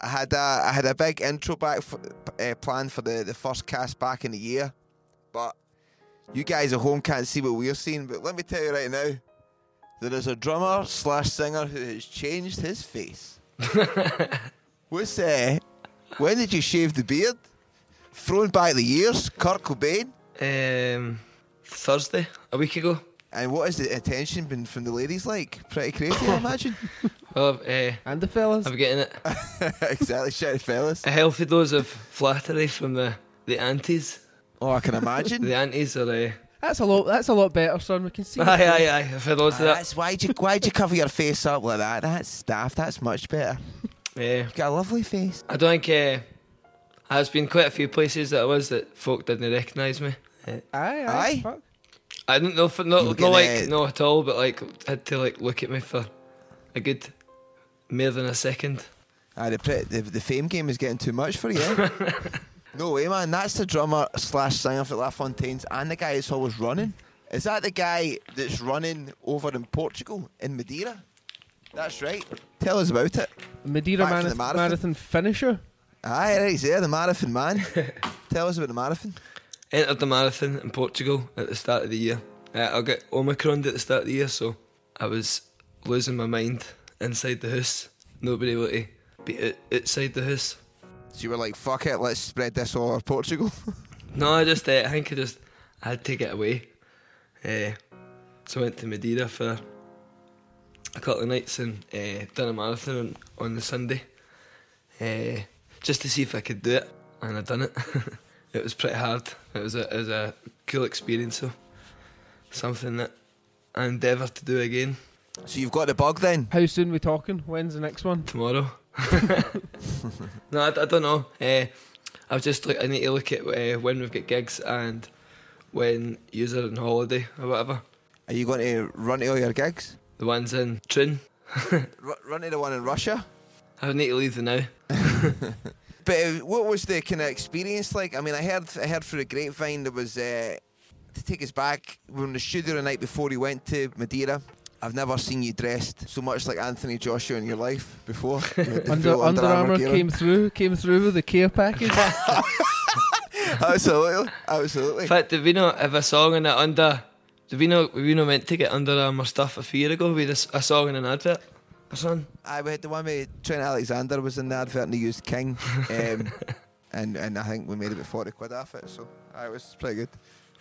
I had a I had a big intro back for, uh, planned for the, the first cast back in the year, but you guys at home can't see what we're seeing. But let me tell you right now, there is a drummer slash singer who has changed his face. What's uh, when did you shave the beard? Thrown back the years, Kurt Cobain. Um, Thursday, a week ago. And what has the attention been from the ladies like? Pretty crazy, I imagine. Well, uh, And the fellas. I'm getting it. exactly, shit, fellas. A healthy dose of flattery from the, the aunties. Oh, I can imagine. The aunties are. Uh, That's a lot. That's a lot better, son. We can see. aye, aye, aye. I've had loads of that. That's why'd you why'd you cover your face up like that? That's staff. That's much better. Yeah. You've got a lovely face. Eh, I don't think. Uh, there's been quite a few places that I was that folk didn't recognise me. Eh, Aye, Aye. aye. fuck. I didn't know, for, no, were no, like, getting, uh, no at all, but like, had to like look at me for a good more than a second. Aye, the, pre- the the fame game is getting too much for you. eh? no way, man. That's the drummer slash singer for La Fontaine's, and the guy that's always running. Is that the guy that's running over in Portugal in Madeira? That's right. Tell us about it. Madeira Back for the marathon, marathon. marathon finisher. Aye, right he's there, the marathon man. Tell us about the marathon. Entered the marathon in Portugal at the start of the year. Uh, I got Omicron at the start of the year, so I was losing my mind inside the house. Nobody able to be out, outside the house. So you were like, fuck it, let's spread this all over Portugal. No, I just, uh, I think I just, I had to get away. Uh, so I went to Madeira for a couple of nights and uh, done a marathon on, on the Sunday, uh, just to see if I could do it, and I done it. it was pretty hard. It was a, it was a cool experience, so something that I endeavour to do again so you've got the bug then? How soon we talking? When's the next one? tomorrow. no, I, I don't know. Uh, I've just like I need to look at uh, when we've got gigs and when you're on holiday or whatever. Are you going to run to all your gigs? The ones in Trin. R- run to the one in Russia? I need to leave the now. But uh, what was the kind of experience like? I mean, I heard I heard through the grapevine there was uh, to take us back. We were in the studio the night before we went to Madeira. I've never seen you dressed so much like Anthony Joshua in your life before. You had the Under, full Under Armour gear on. came through. Came through with the care package. absolutely, In absolutely. fact, did we not have a song in it under? Did we not? Were we not meant to get Under Armour stuff a few year ago? We had a, s- a song in an advert. Or something. I we had the one with Trent Alexander was in the advert and he used King, um, and and I think we made about forty quid off it, so aye, it was pretty good.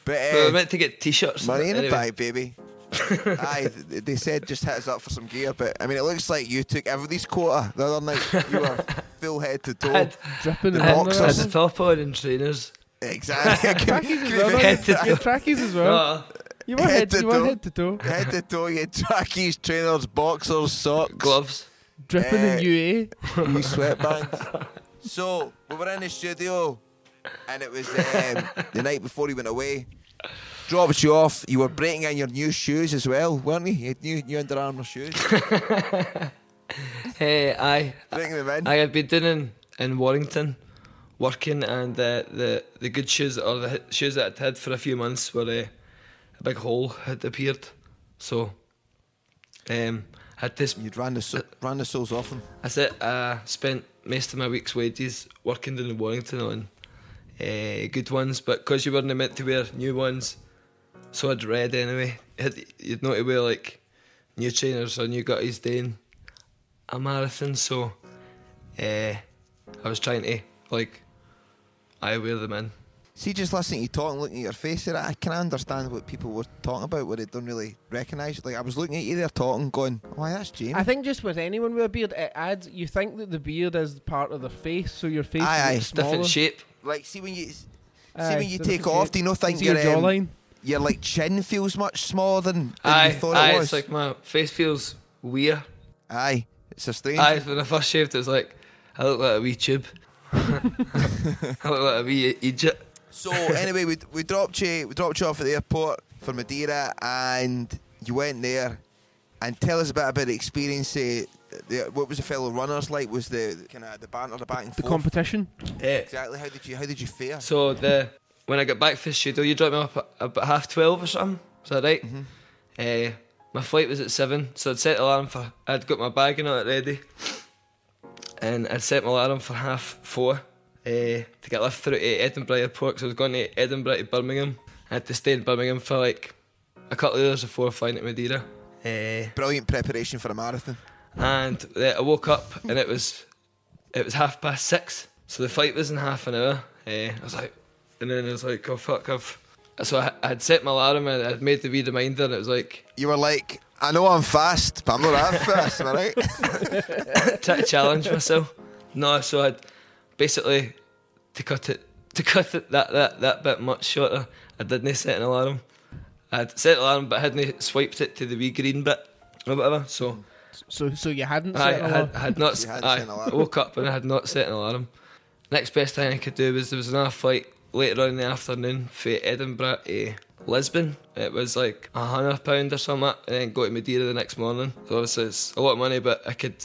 But we were uh, meant to get t-shirts. Money in anyway. the bag, baby. Aye, th- they said just hit us up for some gear, but I mean, it looks like you took everybody's quota the other night. You were full head to I toe. had, Dripping The and all I had boxers. the that. top on and trainers. Exactly. Can- Trackies can as you well. think- Head to toe. Trackies as well. No, You were Head head. to You were toe. head to toe. Head to toe, you had trackies, trainers, boxers, socks, gloves. Dripping Eh. in UA. you sweatbands. so we were in the studio, and it was um, the night before he went away. Dropped you off. You were breaking in your new shoes as well, weren't you? You had new, new Under Armour shoes. Eh, aye. Bring them in. I had been down in, in Warrington working, and uh, the the good shoes or the hit- shoes that I'd had for a few months were uh, a big hole had appeared. So, um, had this. You'd ran the so- ran the soles off them. I said I spent most of my week's wages working down in Warrington on uh, good ones, but because you weren't meant to wear new ones, so I'd read anyway. Had, you'd not to wear like new trainers or new gutties doing a marathon, so uh, I was trying to like I wear them in. See, just listening to you talk and looking at your face there, I can understand what people were talking about where they don't really recognise. Like I was looking at you there talking, going, "Why, that's Jamie." I think just with anyone with a beard, it adds. You think that the beard is part of the face, so your face Aye, aye. is smaller. Different shape. like, see when you see Aye, when you so take different off, shape. do you not think See your your, um, jawline? your like chin feels much smaller than, than you Aye, thought aye. it was? It's like my face feels weird. aye, it's a strange. Aye, when I first shaved, it was like I look like a wee tube. I look like a wee e-, Egypt. So anyway, we, we dropped you we dropped you off at the airport for Madeira, and you went there. And tell us a bit about the experience. eh, the, what was the fellow runners like? Was the kind of the banter, the back and The forth? competition. Yeah. exactly. How did you how did you fare? eh. So the when I got back from the studio, you dropped me off at about half twelve or something. Is that right? Eh, my flight was at seven, so I'd set the alarm for. I'd got my bag and all that ready, and I'd set my alarm for half four eh, to get left through to Edinburgh Airport. So I was going to Edinburgh to Birmingham. I had to stay in Birmingham for like a couple of hours before flying to Madeira. Eh, Brilliant preparation for a marathon. and uh, I woke up and it was it was half past six. So the flight was in half an hour. Uh, I was like, and then I was like, oh fuck, I've. So I I had set my alarm and I'd made the wee reminder and it was like You were like, I know I'm fast, but I'm not that fast, am I right? try to challenge myself. No, so I'd basically to cut it to cut it that that that bit much shorter. I didn't set an alarm. I'd set an alarm, but I hadn't swiped it to the wee green bit or whatever. So. So, so you hadn't. I, set it I all. had, I had not. You hadn't I, set an alarm. I woke up and I had not set an alarm. Next best thing I could do was there was another flight later on in the afternoon for Edinburgh to Lisbon. It was like a hundred pound or something, and then go to Madeira the next morning. So obviously it's a lot of money, but I could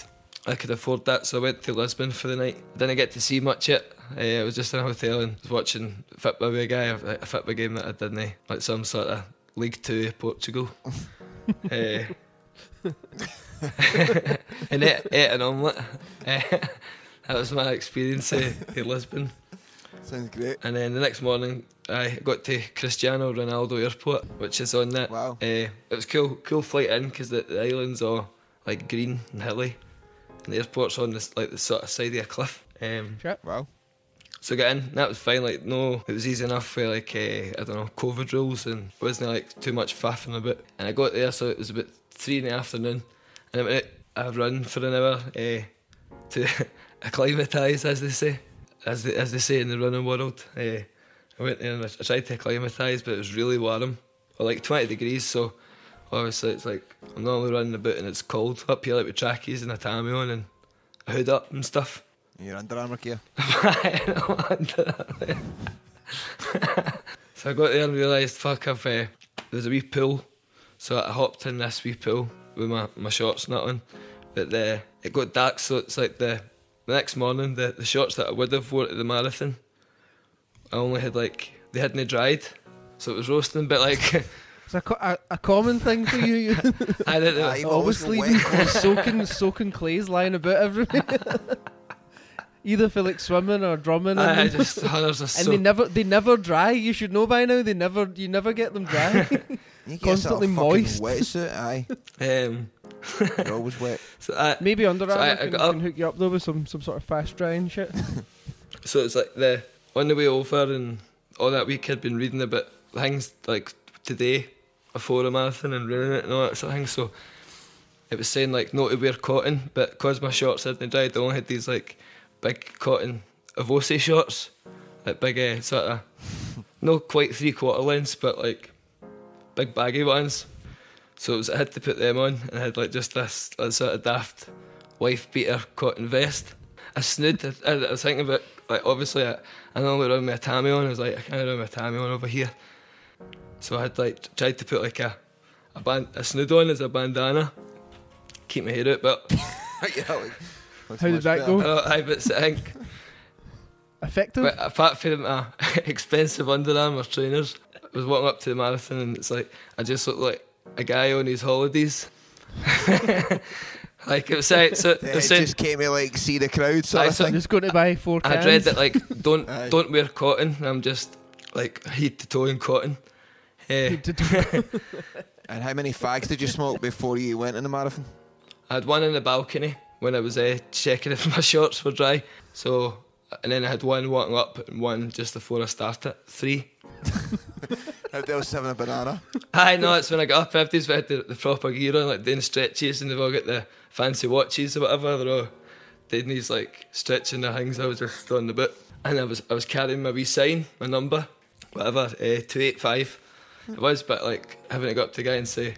I could afford that. So I went to Lisbon for the night. Didn't get to see much yet. Eh, I was just in a hotel and was watching football with a guy, a football game that I didn't like some sort of League Two Portugal. Eh, and ate, ate an omelette. Eh, that was my experience eh, in Lisbon. Sounds great. And then the next morning, I got to Cristiano Ronaldo Airport, which is on that. Wow. Eh, it was cool, cool flight in because the, the islands are like green and hilly, and the airport's on this like the sort of side of a cliff. Um, Shit. Wow. so I got in, and that was fine. Like no, it was easy enough for like eh, I don't know COVID rules, and wasn't like too much faffing about. And I got there, so it was about three in the afternoon, and I went out a run for an hour eh, to acclimatise, as they say, as they, as they say in the running world. Eh, I went there and I tried to acclimatise, but it was really warm, or like twenty degrees. So obviously it's like I'm normally running about and it's cold up here, like with trackies and a tammy on and a hood up and stuff. Your Under Armour gear. so I got there and realised, fuck, I've uh, there's a wee pool. So I hopped in this wee pool with my, my shorts not on. But uh, it got dark, so it's like the, the next morning, the, the shorts that I would have wore at the marathon, I only had like, they hadn't dried. So it was roasting, but like, It's a, co- a, a common thing for you. you I didn't know. Aye, but always always go sleeping, wet. soaking, soaking clays lying about everywhere. Either for like swimming or drumming. in I, I them. just, oh, there's a and so they never they never dry. You should know by now. They never you never get them dry. You get Constantly yourself a fucking moist. Wetsuit, aye. Um, You're always wet. so I, Maybe Under So Armour I- I can, got up- can hook you up though with some, some sort of fast drying shit. So it's like the on the way over and all that week I'd been reading about things like today before the marathon and running it and all that sort of thing. So it was saying like not to wear cotton, but because my shorts hadn't dried, I only had these like big cotton Avosi shorts, like big uh, sort of no quite three quarter lengths, but like big baggy ones. So it was, I had to put them on, and I had like just this, like, sort of daft wife beater cotton vest. I snood. I, I was thinking about like obviously I, I normally run my tammy on. I was like I can't run my tammy on over here. So I had like tried to put like a a, band, a snood on as a bandana, keep my hair out, but you know, like, looks How did much that better. go? Oh, aye, but it's- I think Effective? But apart from uh, expensive Under Armour trainers, I was walking up to the marathon and it's like I just looked like a guy on his holidays. like it was like, so Yeah, they it said just came to like see the crowd sort Aye, of so- thing. I'm just going to buy four I had cans. read that like don't Aye. don't wear cotton. And I'm just like head to toe in cotton. Eh, And how many fags did you smoke before you went in the marathon? I had one in the balcony when I was uh, checking if my shorts were dry. So and then I had one walking up and one just before I started. Three. Out there was having a banana. I know it's when I got up. Everybody's had the, the proper gear on, like doing stretches, and they've all got the fancy watches or whatever. They're all doing these like stretching their things. I was just on the bit, and I was I was carrying my wee sign, my number, whatever, uh, two eight five. It was, but like having to go up to the guy and say,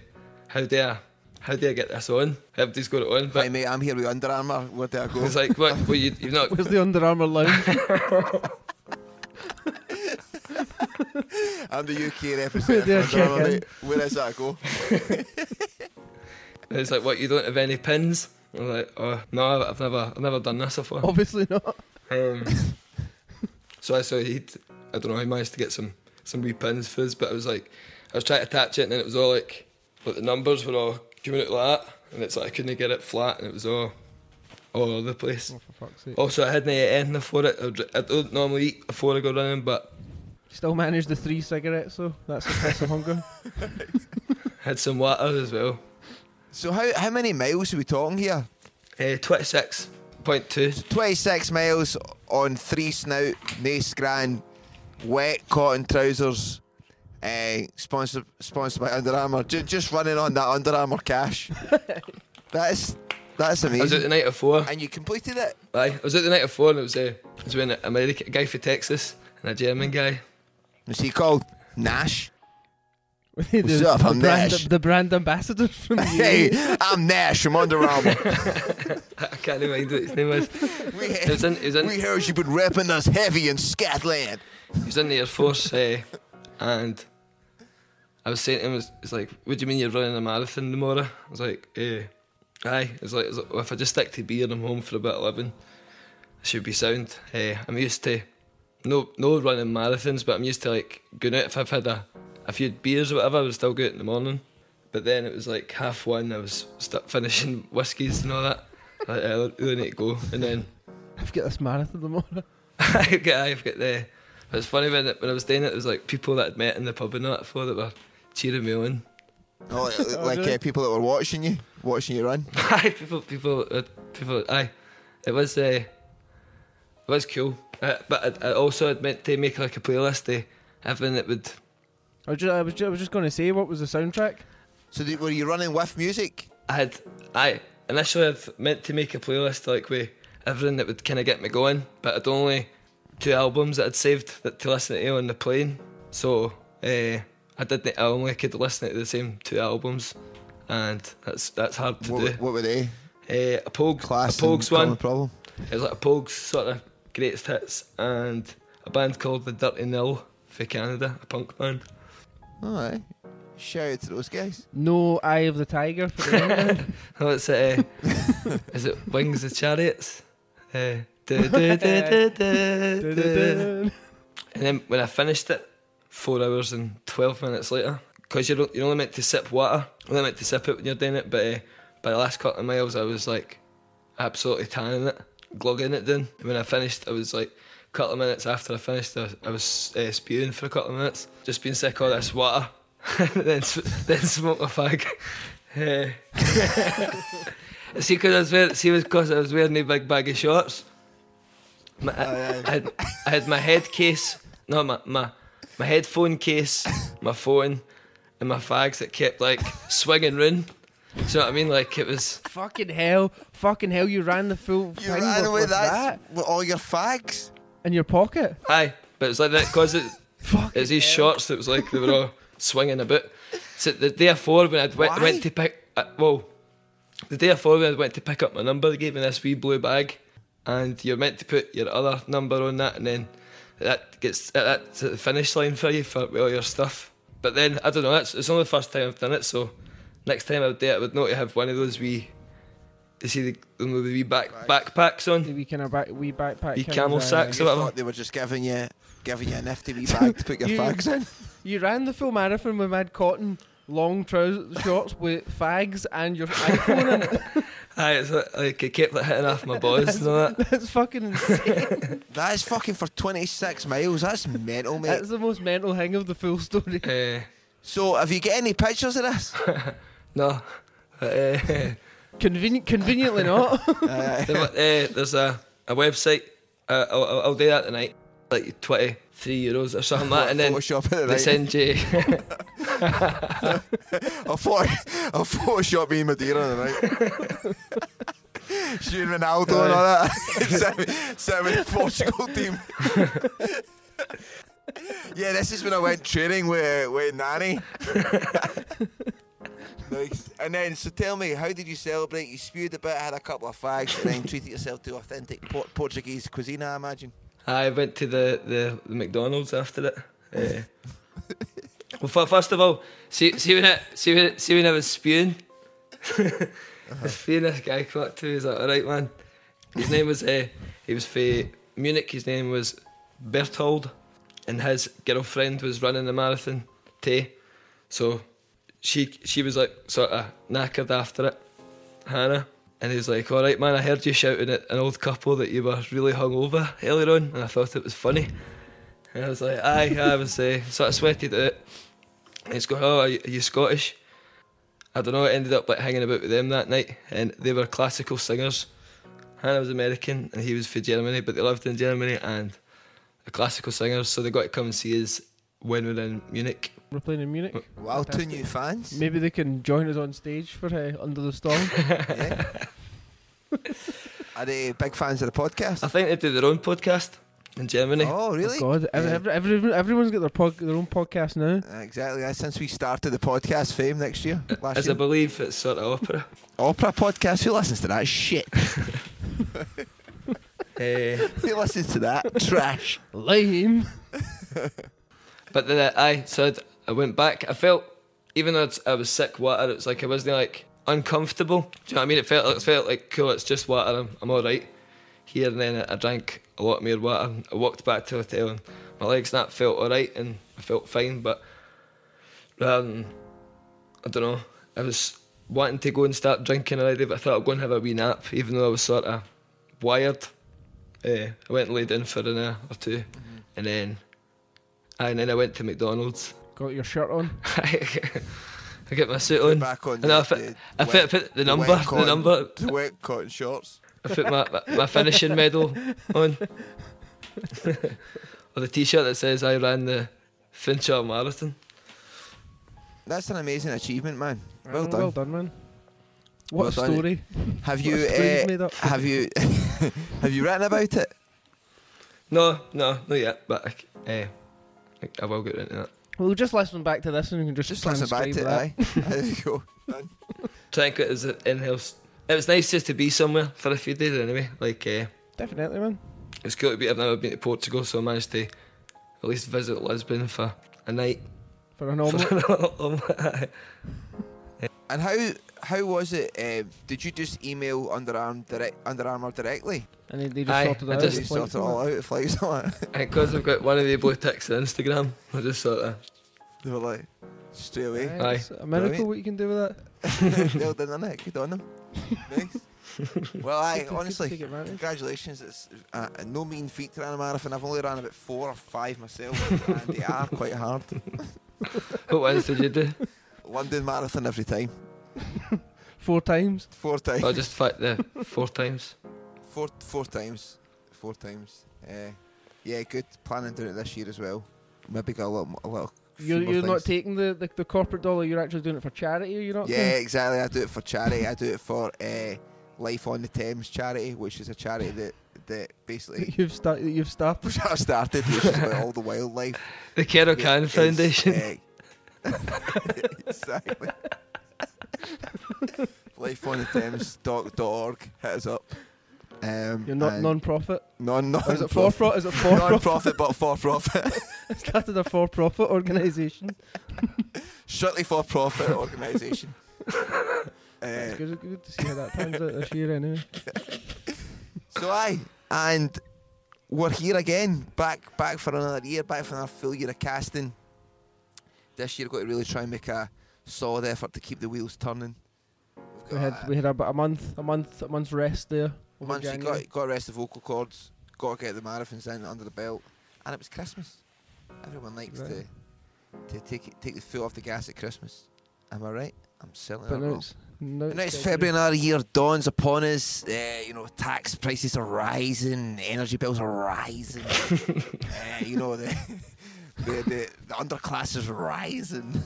"How do I, how do I get this on?" Everybody's got it on, Hey but mate, I'm here with Under Armour. Where do I go? it's like, "What? Well, you, you've not." Where's the Under Armour lounge? I'm the UK Where do I representative. for Under Armour, check in? mate. Where does that go? It's like, "What? You don't have any pins?" I'm like, "Oh no, I've never, I've never done this before." Obviously not. Um, so I saw he'd, I don't know, he managed to get some some wee pins for us, but I was like, I was trying to attach it, and then it was all like, like the numbers were all coming out like that, and it's like I couldn't get it flat, and it was all all over the place. For fuck's sake. Also, I hadn't ate anything for it. I dr- I don't normally eat before I go running, but Still managed the three cigarettes, though. That's a piss of hunger. I had some water as well. So how how many miles are we talking here? Uh, Twenty six point two. 26 miles on three snout, nae scran, wet cotton trousers. Uh, sponsored sponsored by Under Armour. Ju- just running on that Under Armour cash. that's that's I was out the amazing. night of four. And you completed it. Aye, I was out the night of four, and it was, uh, it was when an American a guy from Texas and a German guy. Was he called Nash? the, What's up, I'm the, brand, Nash. the brand ambassador from the E. hey, I'm Nash from Under Armour. I can't remember what his name was. We, It was in, it was in, we heard you've been repping us heavy in Scotland. He was in the Air Force, eh, and I was saying to him, it's- it's like, what do you mean you're running a marathon tomorrow? I was like, eh, aye. It's like, it's like, well, if I just stick to beer and I'm home for about 11, I should be sound. Eh, I'm used to, no no running marathons, but I'm used to like going out if I've had a, a few beers or whatever, I would still go out in the morning. But then it was like half one, I was st- finishing whiskies and all that. Like, I really need to go. And then I've got this marathon tomorrow. I've got, I've got the. It was funny when when I was doing it. There was like people that I'd met in the pub and that before that were cheering me on. Oh, like like, really? uh, people that were watching you, watching you run. Aye, people, people, uh, people. Aye, it was. Uh, it was cool. Uh, but I, I also had meant to make like a playlist of everything that would. I was just, I was just, I was just going to say, what was the soundtrack? So th- were you running with music? I had. I initially I'd meant to make a playlist like with everything that would kind of get me going. But I'd only two albums that I'd saved that to listen to on the plane. So uh, I didn't. I only could listen to the same two albums, and that's that's hard to What, do. what were they? Uh, a Pogue, Class a and Pogues Common one. Problem. It was like a Pogues sort of greatest hits and a band called the Dirty Nil for Canada, a punk band. All right. Shout out to those guys. No Eye of the Tiger for the England. Oh, it's uh, is it Wings of Chariots? Uh, du- du- du- du- du- du. and then when I finished it, four hours and twelve minutes later, because you're you're only meant to sip water, you're only meant to sip it when you're doing it. But uh, by the last couple of miles, I was like absolutely tanning it, glugging it down. And when I finished, I was like a couple of minutes after I finished, I, I was uh, spewing for a couple of minutes, just being sick of all this water, then sm- then smoked a fag. Eh. See, because I was wearing, see, because I was wearing a big baggy shorts. My, I, I, had, I had my head case, no, my, my my headphone case, my phone, and my fags that kept like swinging round. Do you know what I mean? Like it was, fucking hell. Fucking hell, you ran the full You thing ran with, away with that. that with all your fags. in your pocket. aye, but it was like that because it, Fuck. it was these shorts that was like they were all swinging a bit. So the day before when I went, Why? went to pick, uh, well, the day before when I went to pick up my number, they gave me this wee blue bag, and you're meant to put your other number on that, and then that gets uh, that's at the finish line for you for with all your stuff. But then I don't know. It's, it's only the first time I've done it, so next time I would do it, I would know to have one of those wee you see the, them with the wee back, backpacks on? The wee kind of back, wee backpack. Wee kind camel of, uh, sacks You or whatever. thought they were just giving you, giving you a nifty wee bag to put your You- fags in. You ran the full marathon with Mad Cotton, long trousers, shorts with fags and your iPhone in it. Aye, it's like, like it kept like, hitting off my balls and all that. That's fucking insane. That is fucking for 26 miles. That's mental, mate. That's the most mental thing of the full story. Eh, So, have you got any pictures of this? no. But, eh, Convenient, conveniently not. there- eh, there's a, a website. Uh, I'll, I'll- I'll do that tonight. Like 23 euros or something like that. And then Photoshop it, they right? send you. I'll, photo- I'll Photoshop me in Madeira tonight. Shooting Ronaldo and all that. Seven, seven Portugal team. yeah, this is when I went training with with Nanny. nice. And then, so tell me, how did you celebrate? You spewed a bit, had a couple of fags, and then treated yourself to authentic Por- Portuguese cuisine, I imagine. I went to the, the, the McDonald's after it. Eh, well, fir- first of all, see, see, when I, see, when, see when I was spewing, was spewing this guy come up to me. He's like, all right, man. His name was, uh, he was from Munich. His name was Berthold, and his girlfriend was running the marathon too. So she she was like sort of knackered after it, Hannah. And he was like, all right, man, I heard you shouting at an old couple that you were really hungover earlier on, and I thought it was funny. And I was like, aye, aye," I was uh, sort of sweated at it. And he's going, oh, are you, are you Scottish? I don't know, I ended up like hanging about with them that night, and they were classical singers. Hannah was American, and he was from Germany, but they lived in Germany, and the classical singers, so they got to come and see us when we were in Munich. We're playing in Munich. Wow, two new fans. Maybe they can join us on stage for uh, Under the Storm. Yeah. Are they big fans of the I podcast? think they do their own podcast in Germany. Oh, really? God, every, Yeah. every, every, everyone's got their, pod, their own podcast now. Uh, Exactly. That's since we started the podcast fame next year, last As I year. believe it's sort of opera. Opera podcast. Who listens to that shit? Eh, Who listens to that trash? Lame. but then I, I said I went back. I felt even though it's- I was sick, water. It's like I wasn't like uncomfortable. Do you know what I mean? It felt it felt like cool. It's just water. I'm I'm all right here. And then I drank a lot more water. I walked back to the hotel and my legs and that felt all right and I felt fine. But rather than I don't know, I was wanting to go and start drinking already, but I thought I'd go and have a wee nap, even though I was sort of wired. Uh, I went and laid in for an hour or 2 and then and then I went to McDonald's. Got your shirt on. I get my suit on. Back on. And the- I fit, the I fit, I wet- fit the wet number, the cotton- number. the wet cotton shorts. I put my, my, my finishing medal on. or the t-shirt that says I ran the Finchar Marathon. That's an amazing achievement, man. Well Mm, done. Well done, man. What Well a done. eh? story. Have you? What a story you've uh, made up. have you? have you written about it? No, no, not yet, but I, c- eh, I- I will get into that. We'll just listen back to this and we can just, Just listen back transcribe to it. that. Aye. There you go. Done. Trying to is in house. It was nice just to be somewhere for a few days anyway. Like uh, Definitely, man. it's cool to be. I've never been to Portugal, so I managed to at least visit Lisbon for a night. For an omelette. And how? How was it? Uh, did you just email Underarm direct, Under Armour directly? and they, they just Aye, sorted I it out. just- Did you It's sort like- it all out? Flights and all that? Because I've got one of the blue ticks on Instagram, I just uh, sort of They were like straight away. Aye, it's a miracle eh? Brilliant. what you can do with that. well done, innit? Good on them. Nice. Well, I Take- honestly, take advantage. congratulations. It's uh, no mean feat to run a marathon. I've only ran about four or five myself, and they are quite hard. What ones did you do? London marathon every time, Four times. four times, I just fact the four times. four, four times, four times. Uh, yeah, good. Planning doing it this year as well. Maybe got a lot, mo- a lot. few You're, more you're not things. taking the, the, the corporate dollar, you're actually doing it for charity, you're not Yeah, doing- exactly. I do it for charity. I do it for uh, Life on the Thames charity, which is a charity that that basically that you've, sta- that you've started. which I started, which is about all the wildlife. The Kero Yeah, Can it's, Foundation. uh, exactly. Life on the Thames dot dot org. Hit us up. Um, You're not and non profit. non non Or is it for profit? Is it for non profit profit? but for profit started a for profit organisation. strictly for profit organisation. Uh, It's good, good to see how that pans out this year, anyway. So aye, and we're here again, back back for another year, back for another full year of casting. This year, we've got to really try and make a solid effort to keep the wheels turning. We've We had got, we had about a month, a month, a month's rest there. uh, over months- you January. got got to rest the vocal cords, got to get the marathons in under the belt, and it was Christmas. Everyone likes Right. to to take it- take the foot off the gas at Christmas. Am I right? I'm certainly But not now wrong. it's, now But now it's February. February, another year dawns upon us. Uh, you know, tax prices are rising, energy bills are rising. uh, you know, the, the, the, the underclass is rising.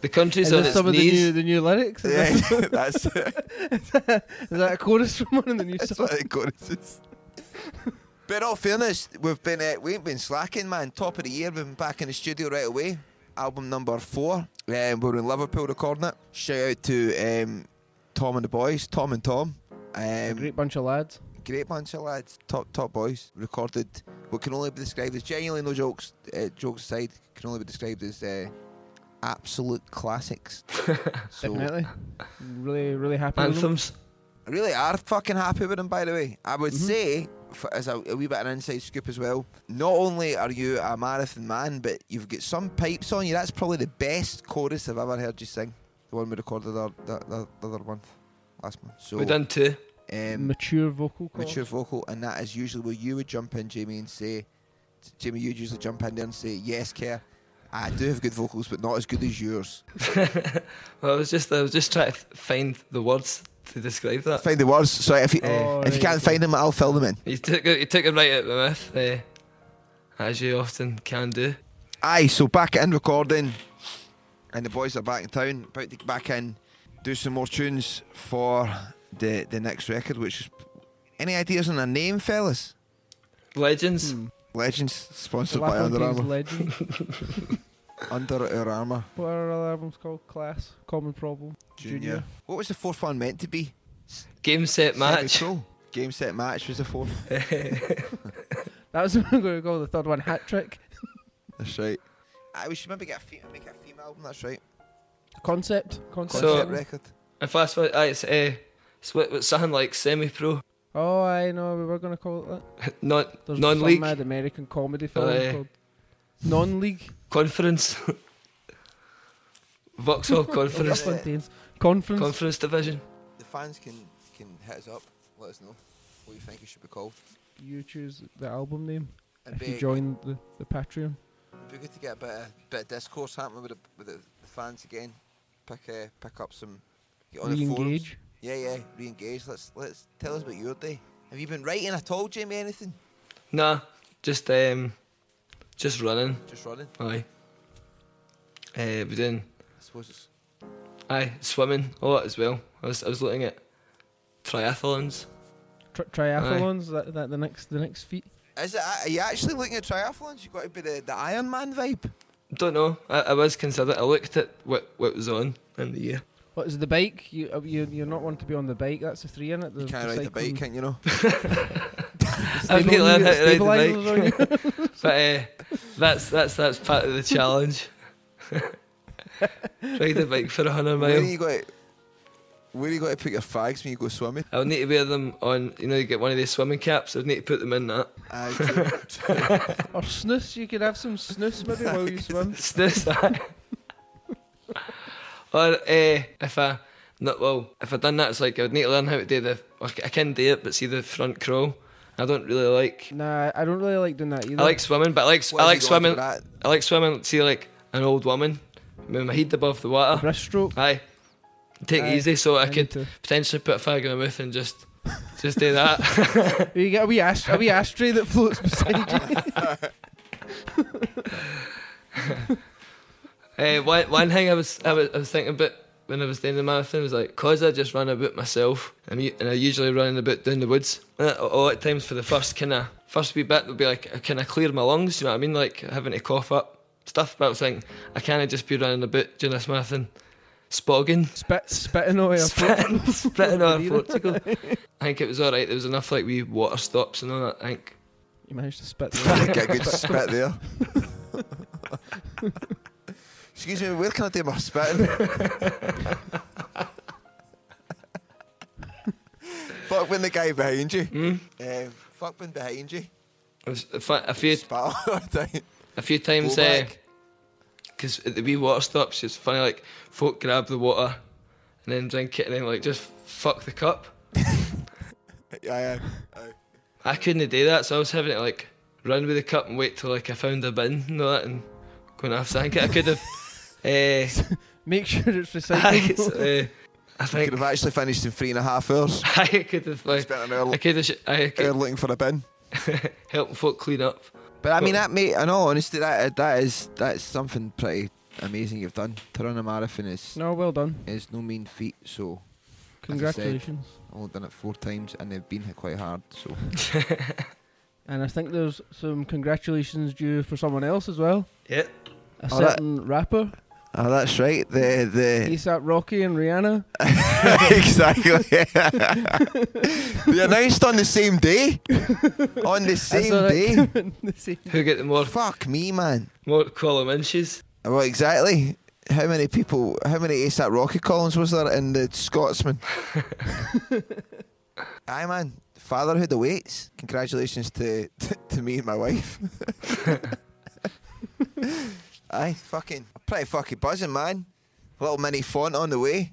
The country's Is on this its some of the new, knees. the new lyrics? Is, Yeah, that- Eh, that's, is that a chorus from one of the new that's songs? what it goes. But in all fairness, we've been uh, we ain't been slacking, man. Top of the year, we've been back in the studio right away. Album number four. Um, we were in Liverpool recording it. Shout out to um, Tom and the boys, Tom and Tom. A Um, great bunch of lads. great bunch of lads, top top boys. Recorded what can only be described as genuinely no jokes. Uh, jokes aside, can only be described as uh, absolute classics. so Definitely. Really, really happy. with them. Anthems. I really are fucking happy with them. By the way, I would say for, as a, a wee bit of an inside scoop as well. Not only are you a marathon man, but you've got some pipes on you. That's probably the best chorus I've ever heard you sing. The one we recorded the, the, the, the other month, last month. So We done two. um, Mature vocal cords. mature vocal, and that is usually where you would jump in, Jamie, and say, Jamie, you'd usually jump in there and say, "Yes, care, I do have good vocals, but not as good as yours." Well, I was just I was just trying to th- find the words to describe that. Find the words. So if you Oh, if you right, can't okay. find them, I'll fill them in. You took it- you took him right out of the mouth, eh, as you often can do. Aye, so back in recording, and the boys are back in town, about to get back in, do some more tunes for the the next record. Which is any ideas on a name, fellas? Legends. Hmm. Legends sponsored by Laugh-In Under Team's Armour. Legend. Under our Armour What are our albums called? Class, Common Problem, Junior. Junior. What was the fourth one meant to be? Game set match. Semi-pro. Game set match was the fourth. That was what I'm going to call the third one. Hat trick. That's right. I Ah, we should maybe get a fe- make it a female album. That's right. Concept. Concept. So- Concept record. If last one, aye, it's eh, it's what- what's something like semi-pro, oh, I know. We were going to call it that. non There's non-league Oh, some mad American comedy film Aye. called Non-League. conference, Vauxhall conference, Conference. Conference. conference division. The fans can can hit us up. Let us know what you think it should be called. you choose the album name It'd if you be- join the, the Patreon. It'd be good to get a bit of, bit of discourse happening with the, with the, the fans again. Pick uh, pick up some. Get on the forums. Re-engage. Yeah, yeah. Re-engage. Let's let's tell us about your day. Have you been writing at all, Jamie? Anything? Nah, just um, just running. Just running. Aye. Eh, we doing I suppose it's aye swimming a lot as well. I was I was looking at triathlons. Tri- triathlons. That, that the next the next feat. Is it? Are you actually looking at triathlons? You got to be the, the Iron Man vibe. Don't know. I, I was considered. I looked at what what was on in the year. What is the bike? You uh, you you're not one to be on the bike. That's the three in it. The, You can't ride the bike, cycling can you know? I need to stabilizer- learn how to ride the stabilizers on you. But eh, that's that's that's part of the challenge. Ride a bike for a hundred Where do miles. you got? to- Where do you got to put your fags when you go swimming? I'll need to wear them on. You know, you get one of these swimming caps. I'd need to put them in that. Uh, do- Or snus, you could have some snus maybe while you swim. Snooze that. or eh, if I no, well, if I done that, it's like I would need to learn how to do the. I c- I can do it, but see the front crawl. I don't really like. Nah, I don't really like doing that either. I like swimming, but I like What I is he like going to swimming. that? I like swimming. See, like an old woman with my head above the water. breast stroke. Aye. Take it Aye, easy so I, I need could to. potentially put a fag in my mouth and just just do that. You get a wee ash, a wee ashtray that floats beside you. uh, one, one thing I was, I was I was thinking about when I was doing the marathon was like, cause I just run about myself and, u- and I usually run about down the woods. And a a lot of times for the first kind of first wee bit would be like, can I clear my lungs? You know what I mean? Like having to cough up stuff. But I was thinking, I can't just be running about during this marathon, spogging. Spit, spitting away. Spitting, spitting on Portugal. I think it was alright. There was enough like wee water stops and all that. I think You managed to spit. the Get a good spit there. Excuse me, where can I do my spitting? Fuck when the guy behind you. Hmm? Um, fuck when behind you. It was a fu- a few Pal, all the time. a few times Go back. because at the wee water stops, it's funny like folk grab the water and then drink it and then like just fuck the cup. yeah, yeah. Aye. I couldn't do that, so I was having to like run with the cup and wait till like I found a bin and all that and going half sank it. I could have. eh, Make sure it's I, recyclable. guess, eh, I Could think have actually finished in three and a half hours. I could have like Spent an hour- I could have sh- I Hour could looking for a bin. help folk clean up. But I mean, Well- that mate, I know. Honestly, that uh, that is that's something pretty amazing you've done. To run a marathon is no, well done. is no mean feat. So Congratulations. I've only done it four times, and they've been hit quite hard. So And I think there's some congratulations due for someone else as well. Yeah. A Oh, that- certain rapper, oh, that's right. The the ASAP Rocky and Rihanna. exactly. they announced on the same day. on the I same saw that day. coming the same- Who get the more Fuck me, man. more column inches? Well, exactly. How many people? How many ASAP Rocky columns was there in the Scotsman? Aye, man. Fatherhood awaits. Congratulations to to, me and my wife. Aye, fucking pretty fucking buzzing, man. Little mini font on the way.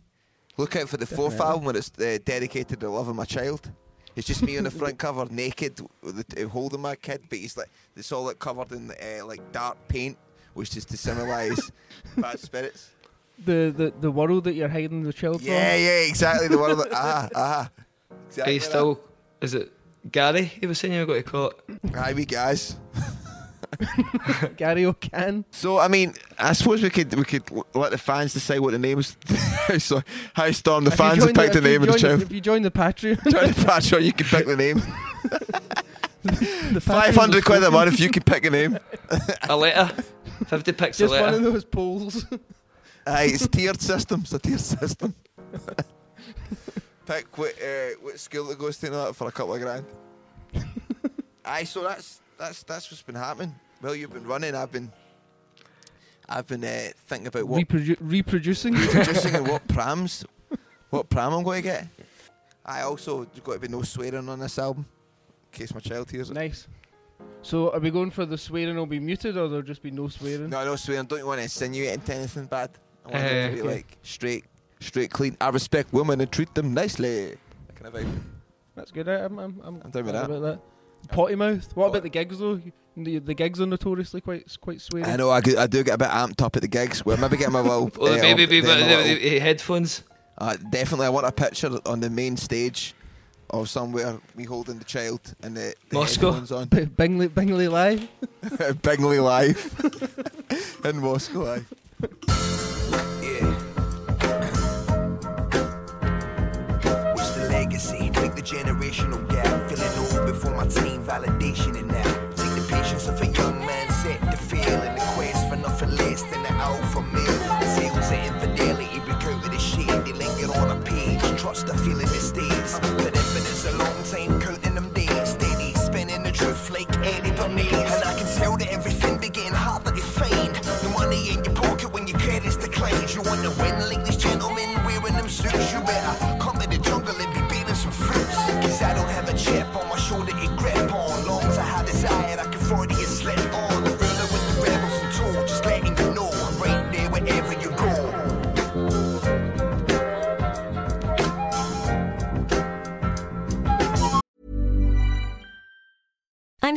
Look out for the fourth album where it's uh, dedicated to love of my child. It's just me on the front cover, naked, with the- uh, holding my kid, but he's like it's all like covered in uh, like dark paint, which is to symbolise bad spirits. the, the the world that you're hiding the child Yeah, from. yeah, exactly. The one that ah ah. Are Exactly you still? Is it Gary? He was saying you got to call it. that. Aye, we guys. Gary O'Can. So I mean, I suppose we could we could l- let the fans decide what the names. so how storm the If you fans have join the- picked the if you name of the join child. If you join the Patreon, Join the Patreon, you can pick the name. the Patreon Five hundred is quid a open. month if you can pick a name. A letter. Fifty picks a Just one letter. of those polls. Aye, it's tiered system. It's a tiered system. pick what uh, what school it goes to and all that for a couple of grand. Aye, so that's that's that's what's been happening. Well, you've been running. I've been I've been uh, thinking about what Reprodu- reproducing. producing and what prams, what pram I'm going to get. I also there's got to be no swearing on this album, in case my child hears it. nice. So, are we going for the swearing will be muted, or there'll just be no swearing? No, no swearing. Don't you want to insinuate into anything bad? I want it to Eh, be okay. like straight, straight, clean. I respect women and treat them nicely. That kind of vibe. That's good. I- I'm, I'm, I'm, I'm down with glad that. About that. Potty mouth. What Pot- about the gigs though? The, the gigs are notoriously quite quite sweary. I know I, do- I do get a bit amped up at the gigs. Well, maybe getting my little. Well, eh, maybe um, be then but my little- the, headphones. Uh, definitely, I want a picture on the main stage, of somewhere me holding the child and the, the Moscow. headphones on. B- Bingley Bingley live. Bingley Live in Moscow. Aye. Yeah. What's the legacy? Break the generational gap. Feeling old before my team validation and now. Take the patience of a young man, set the feel in the quest for nothing less than an alpha male. The fields of infidelity, recurve the shit. They linger on a page. Trust the feeling it stays. But evidence a long time counting them days. Steady spinning the truth like Eddie Bernays. And I can tell that everything be getting harder to find. The money in your pocket when your credit's declined. You want to win like these gentlemen wearing them suits. You better come to the jungle and be beating some fruits. Cause I don't have a chip on my shoulder to grip on. Long as I had desire, I can forward and slip on. The ruler with the rebels and tool, just letting you know. I'm right there wherever you go. I'm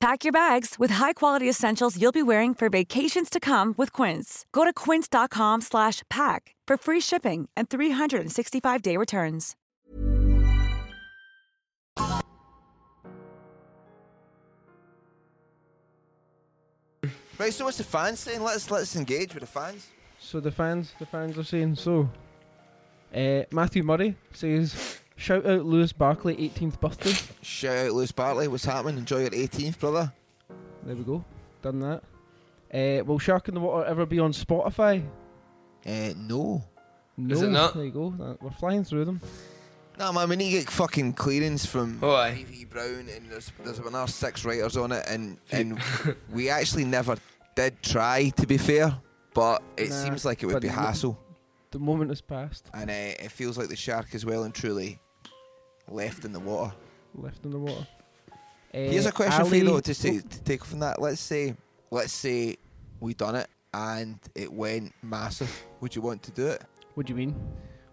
Pack your bags with high-quality essentials you'll be wearing for vacations to come with Quince. Go to quince.com slash pack for free shipping and 365-day returns. Right, so what's the fans saying? Let's let's engage with the fans. So the fans, the fans are saying so. Uh, Matthew Murray says, "Shout out Lewis Barkley, 18th birthday." Shout out Lewis Bartley, what's happening? Enjoy your 18th, brother. There we go, done that. Uh, will Shark in the Water ever be on Spotify? Uh, no. No, it not? there you go. That- We're flying through them. No, man, we need to get fucking clearance from Oh, aye. P.V. Brown, and there's there's another six writers on it, and and we actually never did try, to be fair, but it Nah, seems like it would but be no- hassle, The moment has passed. and uh, it feels like the shark is well and truly left in the water. Left in the water. Uh, Here's a question for you Ali- Oh, though, just to, to take from that. Let's say, let's say we done it and it went massive. Would you want to do it? What do you mean?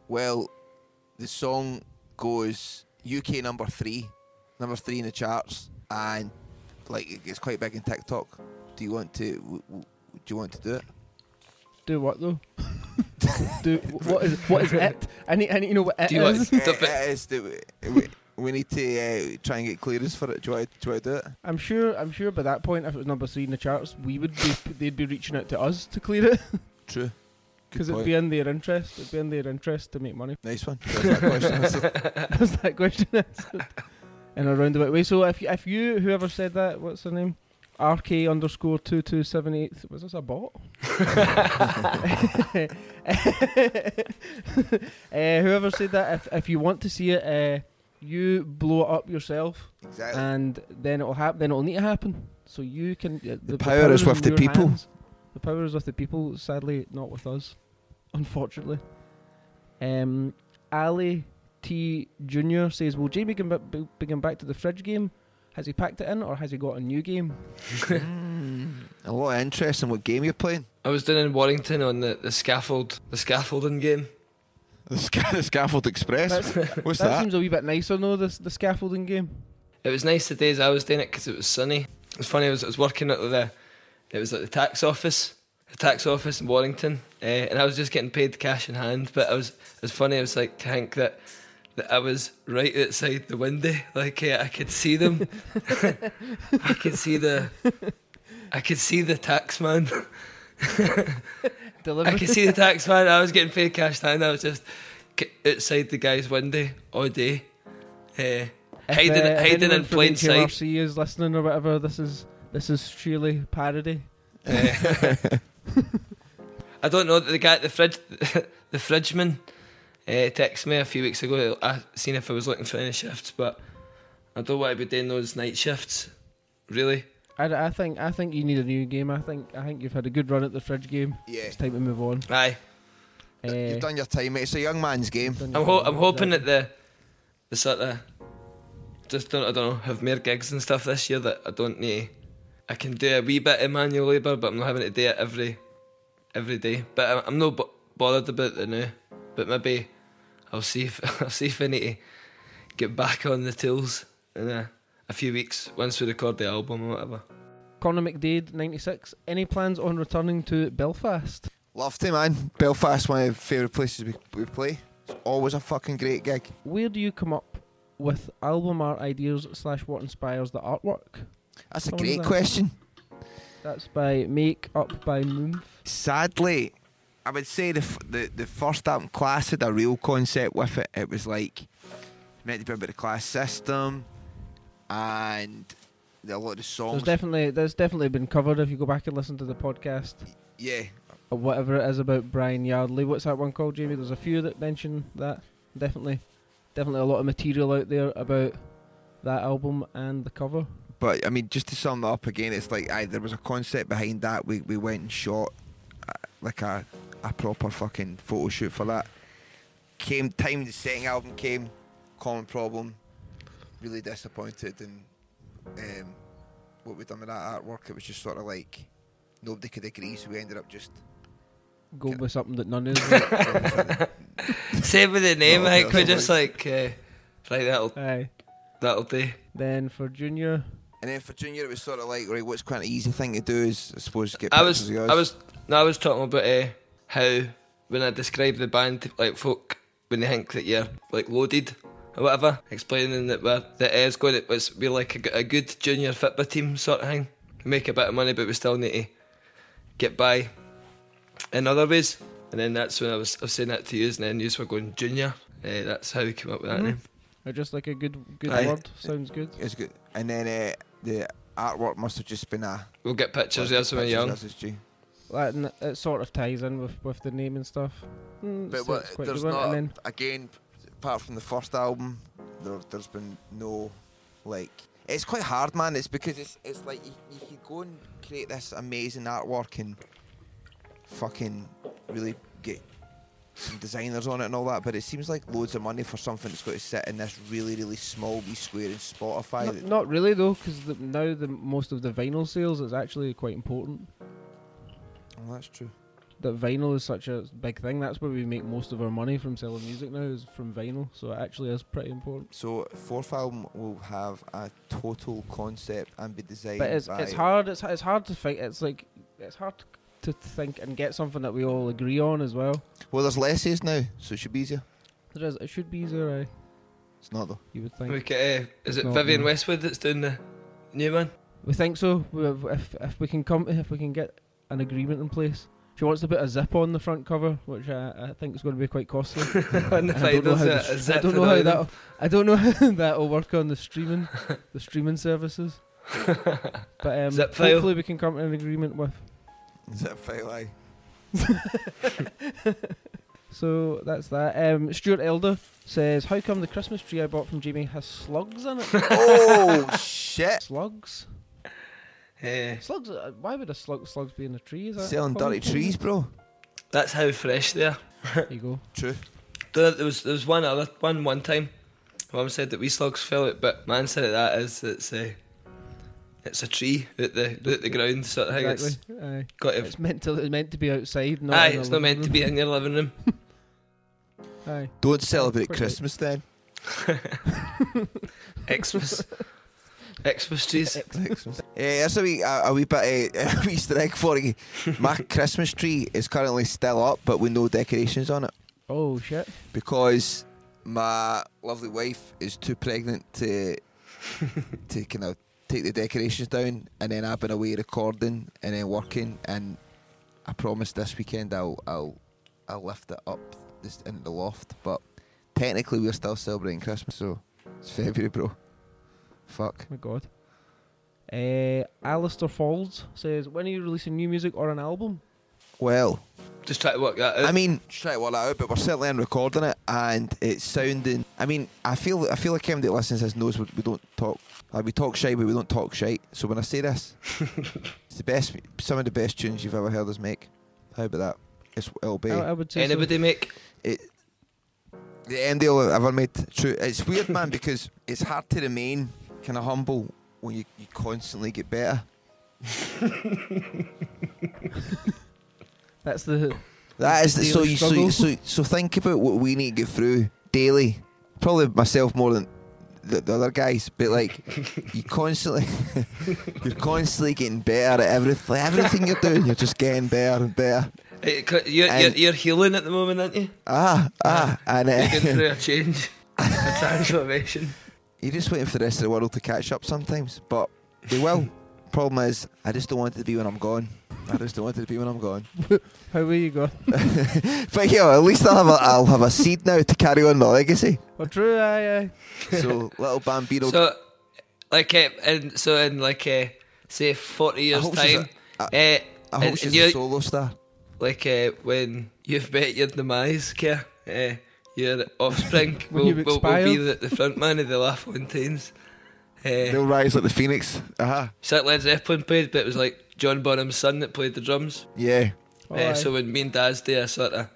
Well, the song goes UK number three, number three in the charts, and like it gets quite big in TikTok. Do you want to? W- w- do you want to do it? Do what though? do what is what is it? I need I need to know what it Do you want- is. Stop Eh, eh, it's the- we, we need to uh, try and get clearance for it. Do you want, do you want to do it? I'm sure I'm sure by that point, if it was number three in the charts, we would be they'd be reaching out to us to clear it True. because it'd be in their interest. It'd be in their interest to make money. nice one. There's that question. That's that question answered in a roundabout way. So if you, if you whoever said that, what's her name? RK underscore two two seven eight. Was this a bot? uh, whoever said that, if if you want to see it, uh, you blow it up yourself, exactly. and then it'll happen. Then it'll need to happen. So you can. uh, The, power is in with the your people. hands. The power is with the people. Sadly, not with us, unfortunately. Um, Ali T Junior says, "Will Jamie come back, be- be going back to the fridge game? Has he packed it in, or has he got a new game?" a lot of interest in what game you're playing. I was down in Warrington on the, the scaffold, the scaffolding game. The, sca- the Scaffold Express. What's that seems a wee bit nicer, no? This the scaffolding game. It was nice the days I was doing it because it was sunny. It was funny. I was, I was working at the, it was at the tax office, the tax office in Warrington, uh, and I was just getting paid cash in hand. But I was, it was funny. I was like to think that, that I was right outside the window, like eh, I could see them. I could see the, I could see the tax man. Delivery. I could see the tax man. I was getting paid cash in hand. I was just c- outside the guy's window all day, eh, hiding, uh, if hiding anyone in from plain sight. HMRC is listening or whatever. This is this is surely parody. I don't know. The guy at the fridge, the fridgeman, uh, texted me a few weeks ago. I seen if I was looking for any shifts, but I don't want to be doing those night shifts. Really, I, I think I think you need a new game. I think I think you've had a good run at the fridge game. Yeah. It's time to move on. aye. Uh, You've done your time, mate. It's a young man's game. done your I'm ho- job. I'm hoping that the the sort of just don't I don't know have more gigs and stuff this year that I don't need. I can do a wee bit of manual labour, but I'm not having to do it every every day. But I'm, I'm not bo- bothered about it now. But maybe I'll see if I'll see if I need to get back on the tools in a, a few weeks once we record the album or whatever. Conor McDade, 96. Any plans on returning to Belfast? Love to, man. Belfast, one of my favourite places we, we play. It's always a fucking great gig. Where do you come up with album art ideas slash what inspires the artwork? That's a Someone great that- question. That's by Make Up by Moonf. Sadly, I would say the, f- the the first album, Class, had a real concept with it. It was like meant to be about the class system and a lot of the There's songs. definitely there's definitely been covered if you go back and listen to the podcast yeah, or whatever it is about Brian Yardley. What's that one called, Jamie? There's a few that mention that. Definitely, definitely a lot of material out there about that album and the cover. But I mean, just to sum that up again, it's like aye, there was a concept behind that. We we went and shot uh, like a a proper fucking photo shoot for that. Came time the setting album came, common problem. Really disappointed and um, what we done with that artwork. It was just sort of like nobody could agree, so we ended up just Go Okay. with something that none is. like. Say with the name, No, I think no, we just like uh, right that'll Aye. that'll do. Then for Junior, And then for junior, it was sort of like, right, what's quite an easy thing to do is, I suppose, get I pictures was, of yours. I was, no, I was talking about uh, how when I describe the band, to, like folk, when they think that you're like loaded or whatever, explaining that we're that is going to was we're like a, g- a good junior football team sort of thing. We make a bit of money, but we still need to get by in other ways. And then that's when I was, I was saying that to you, and then you were going junior. Uh, that's how we came up with Mm-hmm. that name. Or just like a good good Aye. word sounds good. It was good. And then uh, the artwork must have just been a. We'll get pictures there so we're pictures young. of us, G. That, and it sort of ties in with, with the name and stuff. Mm, But so what, it's quite a there's good one. not And then again, apart from the first album, there, there's been no like. It's quite hard, man. It's because it's it's like you, you could go and create this amazing artwork and fucking really get some designers on it and all that, but it seems like loads of money for something that's got to sit in this really really small wee square in Spotify. not, that- not really though, because now the most of the vinyl sales is actually quite important. Oh, that's true. That vinyl is such a big thing. That's where we make most of our money from selling music now is from vinyl. So it actually is pretty important. So fourth album will have a total concept and be designed. But it's by it's hard. It's it's hard to think. It's like it's hard to think and get something that we all agree on as well. Well, there's lessons now, so it should be easier. There is. It should be easier. Aye, It's not though. you would think. We get, uh, is it Not Vivian mm. me. Westwood that's doing the new one? We think so. We- If if we can come, if we can get an agreement in place. She wants to put a zip on the front cover, which I, I think is going to be quite costly. And the And I don't know finals, uh, how, the a str- I zip don't for know the how album. that I don't know how that'll work on the streaming, the streaming services. But um, Zip file. hopefully we can come to an agreement with. Is that fail? Aye. So that's that. Um, Stuart Elder says, "How come the Christmas tree I bought from Jamie has slugs in it? oh shit! slugs? Eh, Slugs? uh, Why would a slug slugs be in a tree? Is that a Selling common dirty trees, thing? bro. that's how fresh they are. There you go. True. There, there was there was one other one one time. Mum said that we slugs fell it, but my answer to that is it's a it's a tree at the at the ground sort of thing. It's Exactly. Aye. got to, It's meant to. It's meant to be outside. Not aye, in a it's not meant living to be in your living room. room. Aye. Don't celebrate Quite Christmas then. Xmas, Xmas trees. Christmas. Eh, that's a wee a, a wee bit uh, a wee strike for you. My Christmas tree is currently still up, but with no decorations on it Oh shit. because my lovely wife is too pregnant to to kind of take the decorations down. And then I've been away recording and then working, and I promise this weekend I'll I'll I'll lift it up this into the loft. But technically, we're still celebrating Christmas, so it's February, bro. Fuck. my god. Uh, Alistair Falls says, "When are you releasing new music or an album?" Well. eh. Just try to work that out. Uh, I mean, try to work that out, but we're certainly in recording it, and it's sounding. I mean, I feel I feel like everyone that listens to this knows we, we don't talk. Like we talk shite, but we don't talk shite. So when I say this, it's the best, some of the best tunes you've ever heard us make. How about that? It's, it'll be I, I would say so. anybody make it, the MDL I've ever made. True, it's weird, man, because it's hard to remain kind of humble when you, you constantly get better. That's the That is the, so Daily you so, struggle. so so think about what we need to get through daily. Probably myself more than the, the other guys, but like you constantly you're constantly getting better at everything. Everything you're doing, you're just getting better and better. eh, cl- you're, you're, And- you're healing at the moment, aren't you? Ah ah, and You're going uh, through a change, a transformation. you're just waiting for the rest of the world to catch up sometimes, but they will. Problem is, I just don't want it to be when I'm gone. I just don't want it to be when I'm gone. how are you going? But yeah, at least I'll have a, I'll have a seed now to carry on my legacy. Well, true, aye, Eh, aye. So little Bambino So, like, uh, and so in like, uh, say, forty years hope she's time, a- uh, I and- hope and she's you- a solo star. like uh, when you've met your demise, care, uh, your offspring When will, you've will, will be expired. the, the front man of the Lafontaines. Uh, They'll rise like the phoenix. Uh huh. it's like Led Zeppelin played, but it was like John Bonham's son that played the drums. Yeah. Oh, Eh, aye. so when me and Daz do a sort of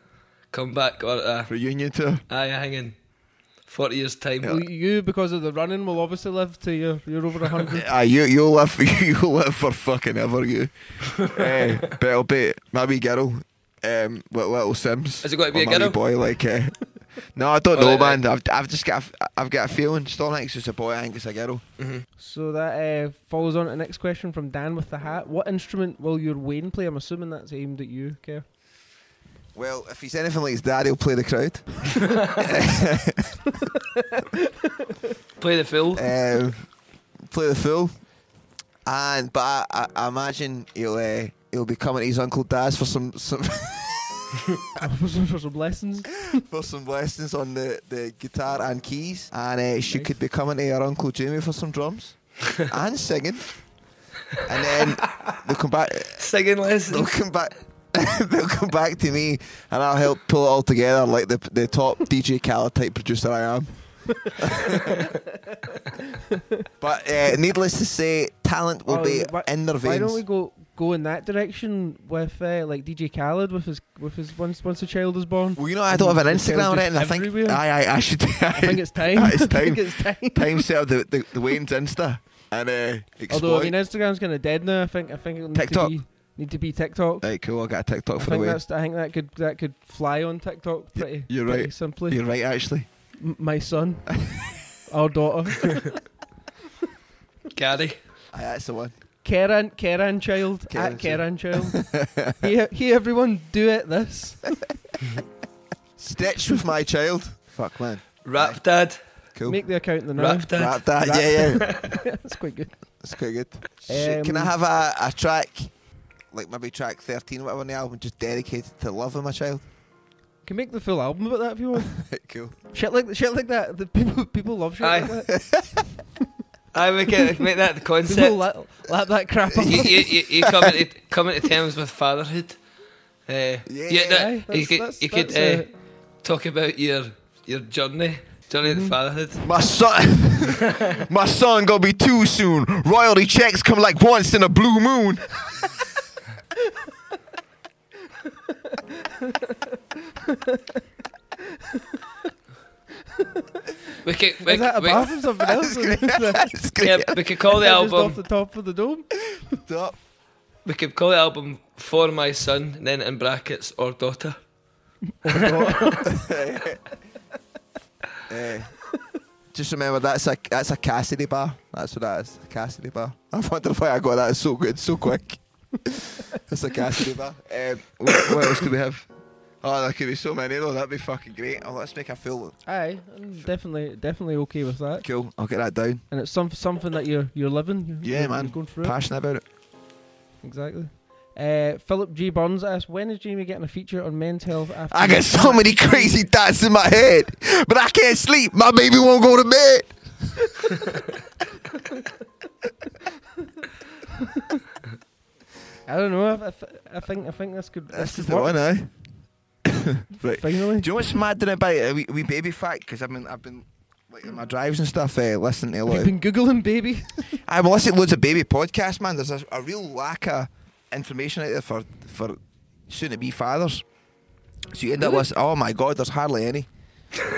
comeback or a Reunion tour. aye hanging forty years time, Well, you because of the running will obviously live to you. You're over a Eh. hundred. Ah, you you'll live you'll live for fucking ever you. Eh, but it'll be my wee girl, um, with little Sims. Is it gonna be or a my wee girl? eh, boy? Like, uh, no, I don't know, Alright, man. I've, I've just got I've, I've got a feeling Stornikes is a boy, I think it's a girl. So that uh, follows on to the next question from Dan with the hat. What instrument will your Wayne play? I'm assuming that's aimed at you, Kev. Well, if he's anything like his dad, he'll play the crowd. Play the fill. um, play the fool. And but I, I, I imagine he'll uh, he'll be coming to his uncle Daz for some, some for some lessons. for some lessons on the, the guitar and keys. And uh, she could be coming to her uncle Jamie for some drums and singing. And then they'll come back. Singing They'll lessons. come back. they'll come back to me, and I'll help pull it all together like the the top DJ Khaled type producer I am. but uh, needless to say, talent will Oh, be why- in their Why don't veins. we go go in that direction with uh, like DJ Khaled with his with his once once a child is born? well, you know, I don't have an His Instagram child's or anything. I just think everywhere. I, I, I should. I, I think it's time. it's time. I think it's time. time set up the, the, the Wayne's Insta and uh, exploit. Although I mean, Instagram's kind of dead now. I think I think it'll need TikTok. to be need to be TikTok. Right, cool. I got a TikTok I for the think Wayne. that's I think that could that could fly on TikTok pretty. you're pretty right. Simply, You're right, actually. M- my son, our daughter, Gary. Aye, that's the one. Keran Keran child Keran at Keran child. hey, hey, everyone, do it this. Stitch with my child. Fuck man. Rap dad. Cool. Make the account in the now. Rap dad. Rap that, yeah, yeah. That's quite good. That's quite good. Shit, Can I Um, have a, a track, like maybe track 13 or whatever on the album, just dedicated to love of my child? Can make the full album about that if you want. cool. shit like shit like that. The people people love shit Aye. like that. I would get, make that the People concept. lap, lap that crap up. you, you, you, you coming to, coming to terms with fatherhood. Uh, yeah, no, Aye, you that's- could, that's- you could that's, uh, talk about your your journey, journey to fatherhood. My son, my son gonna be too soon. Royalty checks come like once in a blue moon. We could, we, Is that we, apart from something else? That's great. That's great. yeah, we could call the Just off album. the top of the dome. Stop. We could call the album for my son, then in brackets or daughter. Eh, just remember that's a that's a Cassidy bar. That's what that is. A Cassidy bar. I wonder why I got that so good, so quick. that's a Cassidy bar. Um, what, what else could we have? Oh, there could be so many though. That'd be fucking great. Oh, let's make a full. Aye, I'm definitely definitely okay with that. Cool. I'll get that down. And it's some something that you're you're living. You're, Yeah, you're man. Going through it. Passionate about it. Exactly. Uh, Philip G Burns asked, "When is Jamie getting a feature on Men's Health?" After I got so many crazy thoughts in my head, but I can't sleep. My baby won't go to bed. I don't know. I, I, th- I think I think this could. This This is could the work. one, eh? right. Finally. Do you know what's mad then about a wee, wee baby fact? Because I've been, I've been like in my drives and stuff, uh, listening to a lot. You've Of, been googling, baby. I've been listening to loads of baby podcasts, man. There's a, a real lack of information out there for for soon to be fathers. So you end up listening. Oh my god, there's hardly any.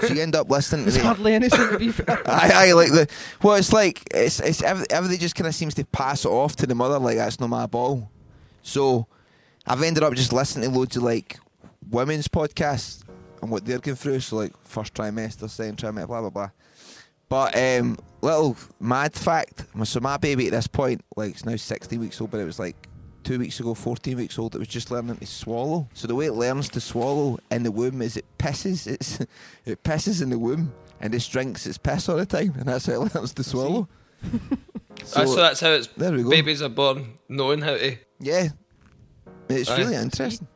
So you end up listening. to There's the- hardly anything to be fair. I, I like the well. It's like it's it's every- everything just kind of seems to pass it off to the mother like that's not my ball. So I've ended up just listening to loads of like women's podcasts and what they're going through. So like first trimester, second trimester, blah blah blah. But um, little mad fact. my- So my baby at this point, like, it's now 16 weeks old, but it was like two weeks ago, 14 weeks old. It was just learning to swallow. So the way it learns to swallow in the womb is it pisses. It's it pisses in the womb and it drinks its piss all the time, and that's how it learns to swallow. So, so that's how it's there we go. babies are born, knowing how to. yeah, it's Aye. really interesting.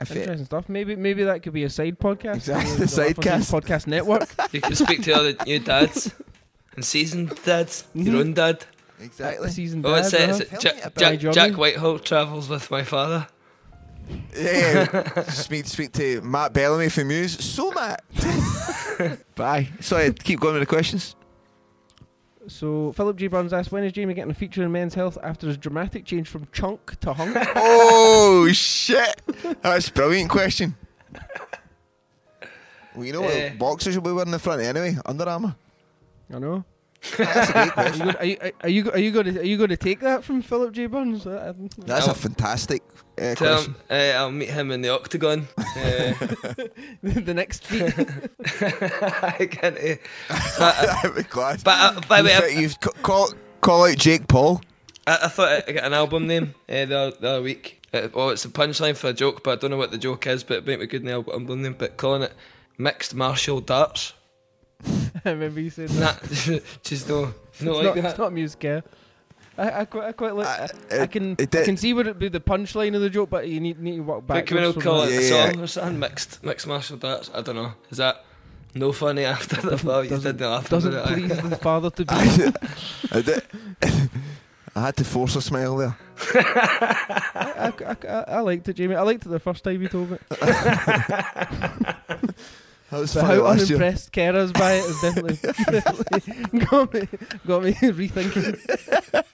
If it- Interesting stuff. Maybe maybe that could be a side podcast. Exactly, The- the sidecast. Laugh On Things podcast network. You can speak to other new dads and seasoned dads, your own dad. exactly. season. Oh, it's dad, it. It's huh? it. Tell Jack, me about my Jack, journey. Jack Whitehall travels with my father. Yeah, yeah. Eh, speak, speak to Matt Bellamy from Muse. So Matt, bye. Sorry, keep going with the questions. So Philip G Burns asked, "When is Jamie getting a feature in Men's Health after his dramatic change from chunk to hunk?" Oh shit! That's a brilliant question. Well, you know what Eh. boxers will be wearing in the front anyway? Under Armour. I know. That's a great Are you, question. go- are, you, are, you, go- are you going to are you going to take that from Philip J Burns? Uh, um, I- I- That's a fantastic uh, Tell question. him uh, I'll meet him in the octagon. Uh, the next feat. I can't, eh. but I'd be glad. but, uh, by the you way, fit- you've ca- call call out Jake Paul. I, I thought I got an album name uh, the, other, the other week. Uh, well, it's a punchline for a joke, but I don't know what the joke is. But it might be good in the album name. But calling it mixed martial darts. I remember you saying Nah, that. just no, no it's, like not, it's that. not music. Yeah. I, I quite I quite like. I, I- I can Uh, it I did- can see where it'd be the punchline of the joke, but you need need to walk But back. can we not call it Yeah, a yeah. song or something? Mixed mixed martial darts. I don't know. Is that no funny after the well, you doesn't, did the laugh. doesn't about it, please aye. the father to be. I, did- I had to force a smile there. I, I, I, I liked it, Jamie. I liked it the first time you told it. That was But funny how last year. unimpressed Kara's by it is definitely, definitely got me got me rethinking.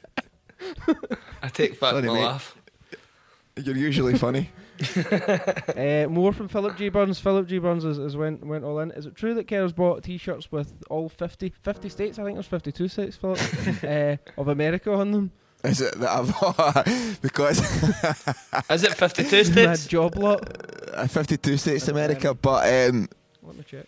I take back Sorry, my mate. laugh. You're usually funny. Uh, more from Philip J Burns. Philip J Burns is, is went went all in. Is it true that Kara's bought T-shirts with all 50, 50 states? I think there's fifty two states, Philip, uh, of America on them. Is it that I've because Is it 52 Mad states? job lot. uh, 52 states America, but um, Let me check.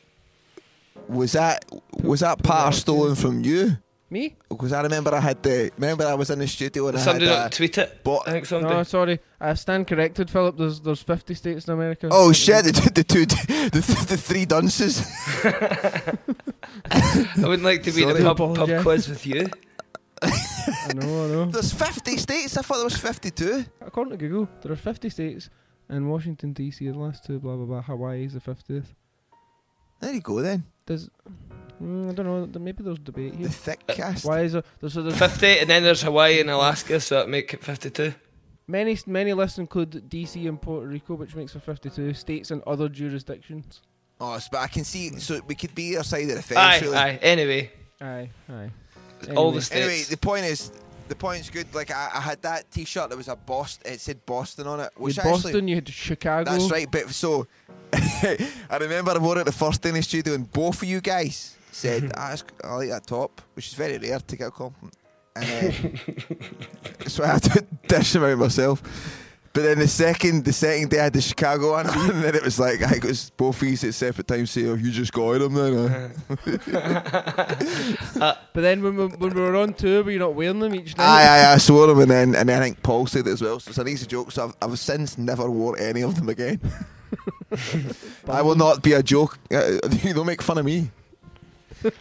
was that was that part stolen from you? Me? Because I remember I had the remember I was in the studio and Somebody I not had a, tweet it. bought- I think somebody. No, sorry. I stand corrected, Philip. There's there's fifty states in America. oh shit the, two- the two the, th- the three dunces. I wouldn't like to be in Sorry. a pub, pub Apologise. quiz with you. I know, I know. There's 50 states. I thought there was 52. According to Google, there are 50 states, and Washington D.C. are the last two. Blah blah blah. Hawaii is the 50th. There you go then. There's, mm, I don't know. there- Maybe there's debate The here. Uh, thick cast. Why is there? There's, so there's 50, and then there's Hawaii and Alaska, so that make it 52. many many lists include D.C. and Puerto Rico, which makes for 52 states and other jurisdictions. Oh, so- but I can see. So we could be either side of the fence. Aye, really. aye. Anyway, Aye, aye. all Anyway. the Anyway, states. the point is, the point's good. Like I, I had that T-shirt that was a Boston. It said Boston on it, You which had actually Boston, you had Chicago. that's right. But so I remember I wore it the first day in the studio, and both of you guys said, ah, that's- "I like that top," which is very rare to get a compliment. And, uh, so I had to dish them out myself. But then the second, the second day I had the Chicago one, on, and then it was like I think it was both of you at separate times saying, "Oh, you just got them then." eh?" But then when we, when we were on tour, were you not wearing them each Aye, night? aye, I swore them, and then and then I think Paul said it as well. So it's an easy joke. So I've, I've since never wore any of them again. I will not be a joke. Uh, don't make fun of me.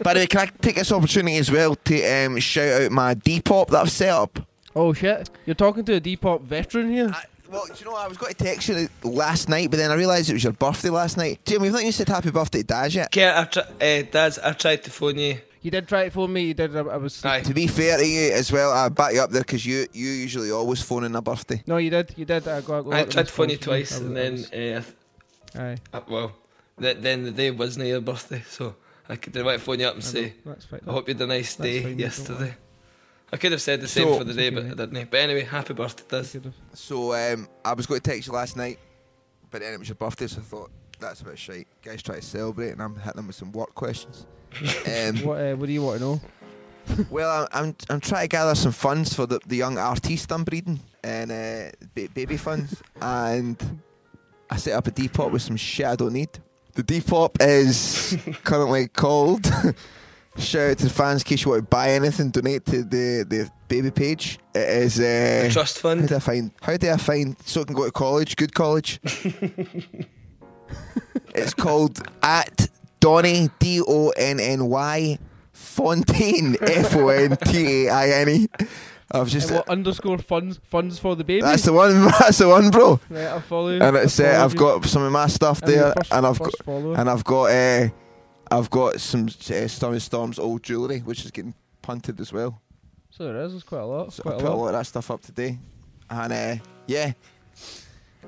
By the way, can I take this opportunity as well to um, shout out my Depop that I've set up? Oh shit! You're talking to a Depop veteran here. I, well, do you know what? I was going to text you last night, but then I realised it was your birthday last night. Jim, we've not even said happy birthday to Daz yet. Care, I tr- uh, Daz, I tried to phone you. You did try it for me. You did. I, I was. sleeping. Aye. To be fair to you as well, I back you up there because you, you usually always phone in a birthday. No, you did. You did. I got. a lot I of tried to phone you missed calls twice, and from you. I then, was- uh, I th- Aye. uh, well, th- then the day wasn't your birthday, so I could I might phone you up and I say, know, That's fine. I hope you had a nice That's day fine, don't yesterday. worry. I could have said the same So- for the day, Okay, but I mate. didn't. But anyway, happy birthday, Daz. So um, I was going to text you last night, but then it was your birthday, so I thought that's a bit shite. Guys try to celebrate, and I'm hitting them with some work questions. um, What, uh, what do you want to know? well, I'm, I'm I'm trying to gather some funds for the, the young artiste I'm breeding and uh, ba- baby funds, and I set up a Depop with some shit I don't need. The Depop is currently called. Shout out to the fans in case you want to buy anything, donate to the, the baby page. It is uh, The trust how fund. do I find? How do I find so I can go to college? Good college. it's called at Donny D O N N Y Fontaine F O N T A I N E. I've Uh, just what underscore funds funds for the baby? that's the one. That's the one, bro. right, I follow. you. And it's I uh, follow I've you. got some of my stuff I'm your there, first- and I've got first follower. and I've got uh, I've got some uh, Stormy Storm's old jewellery, which is getting punted as well. so there is. There's quite a lot. So I quite put a lot of that stuff up today, and uh, yeah,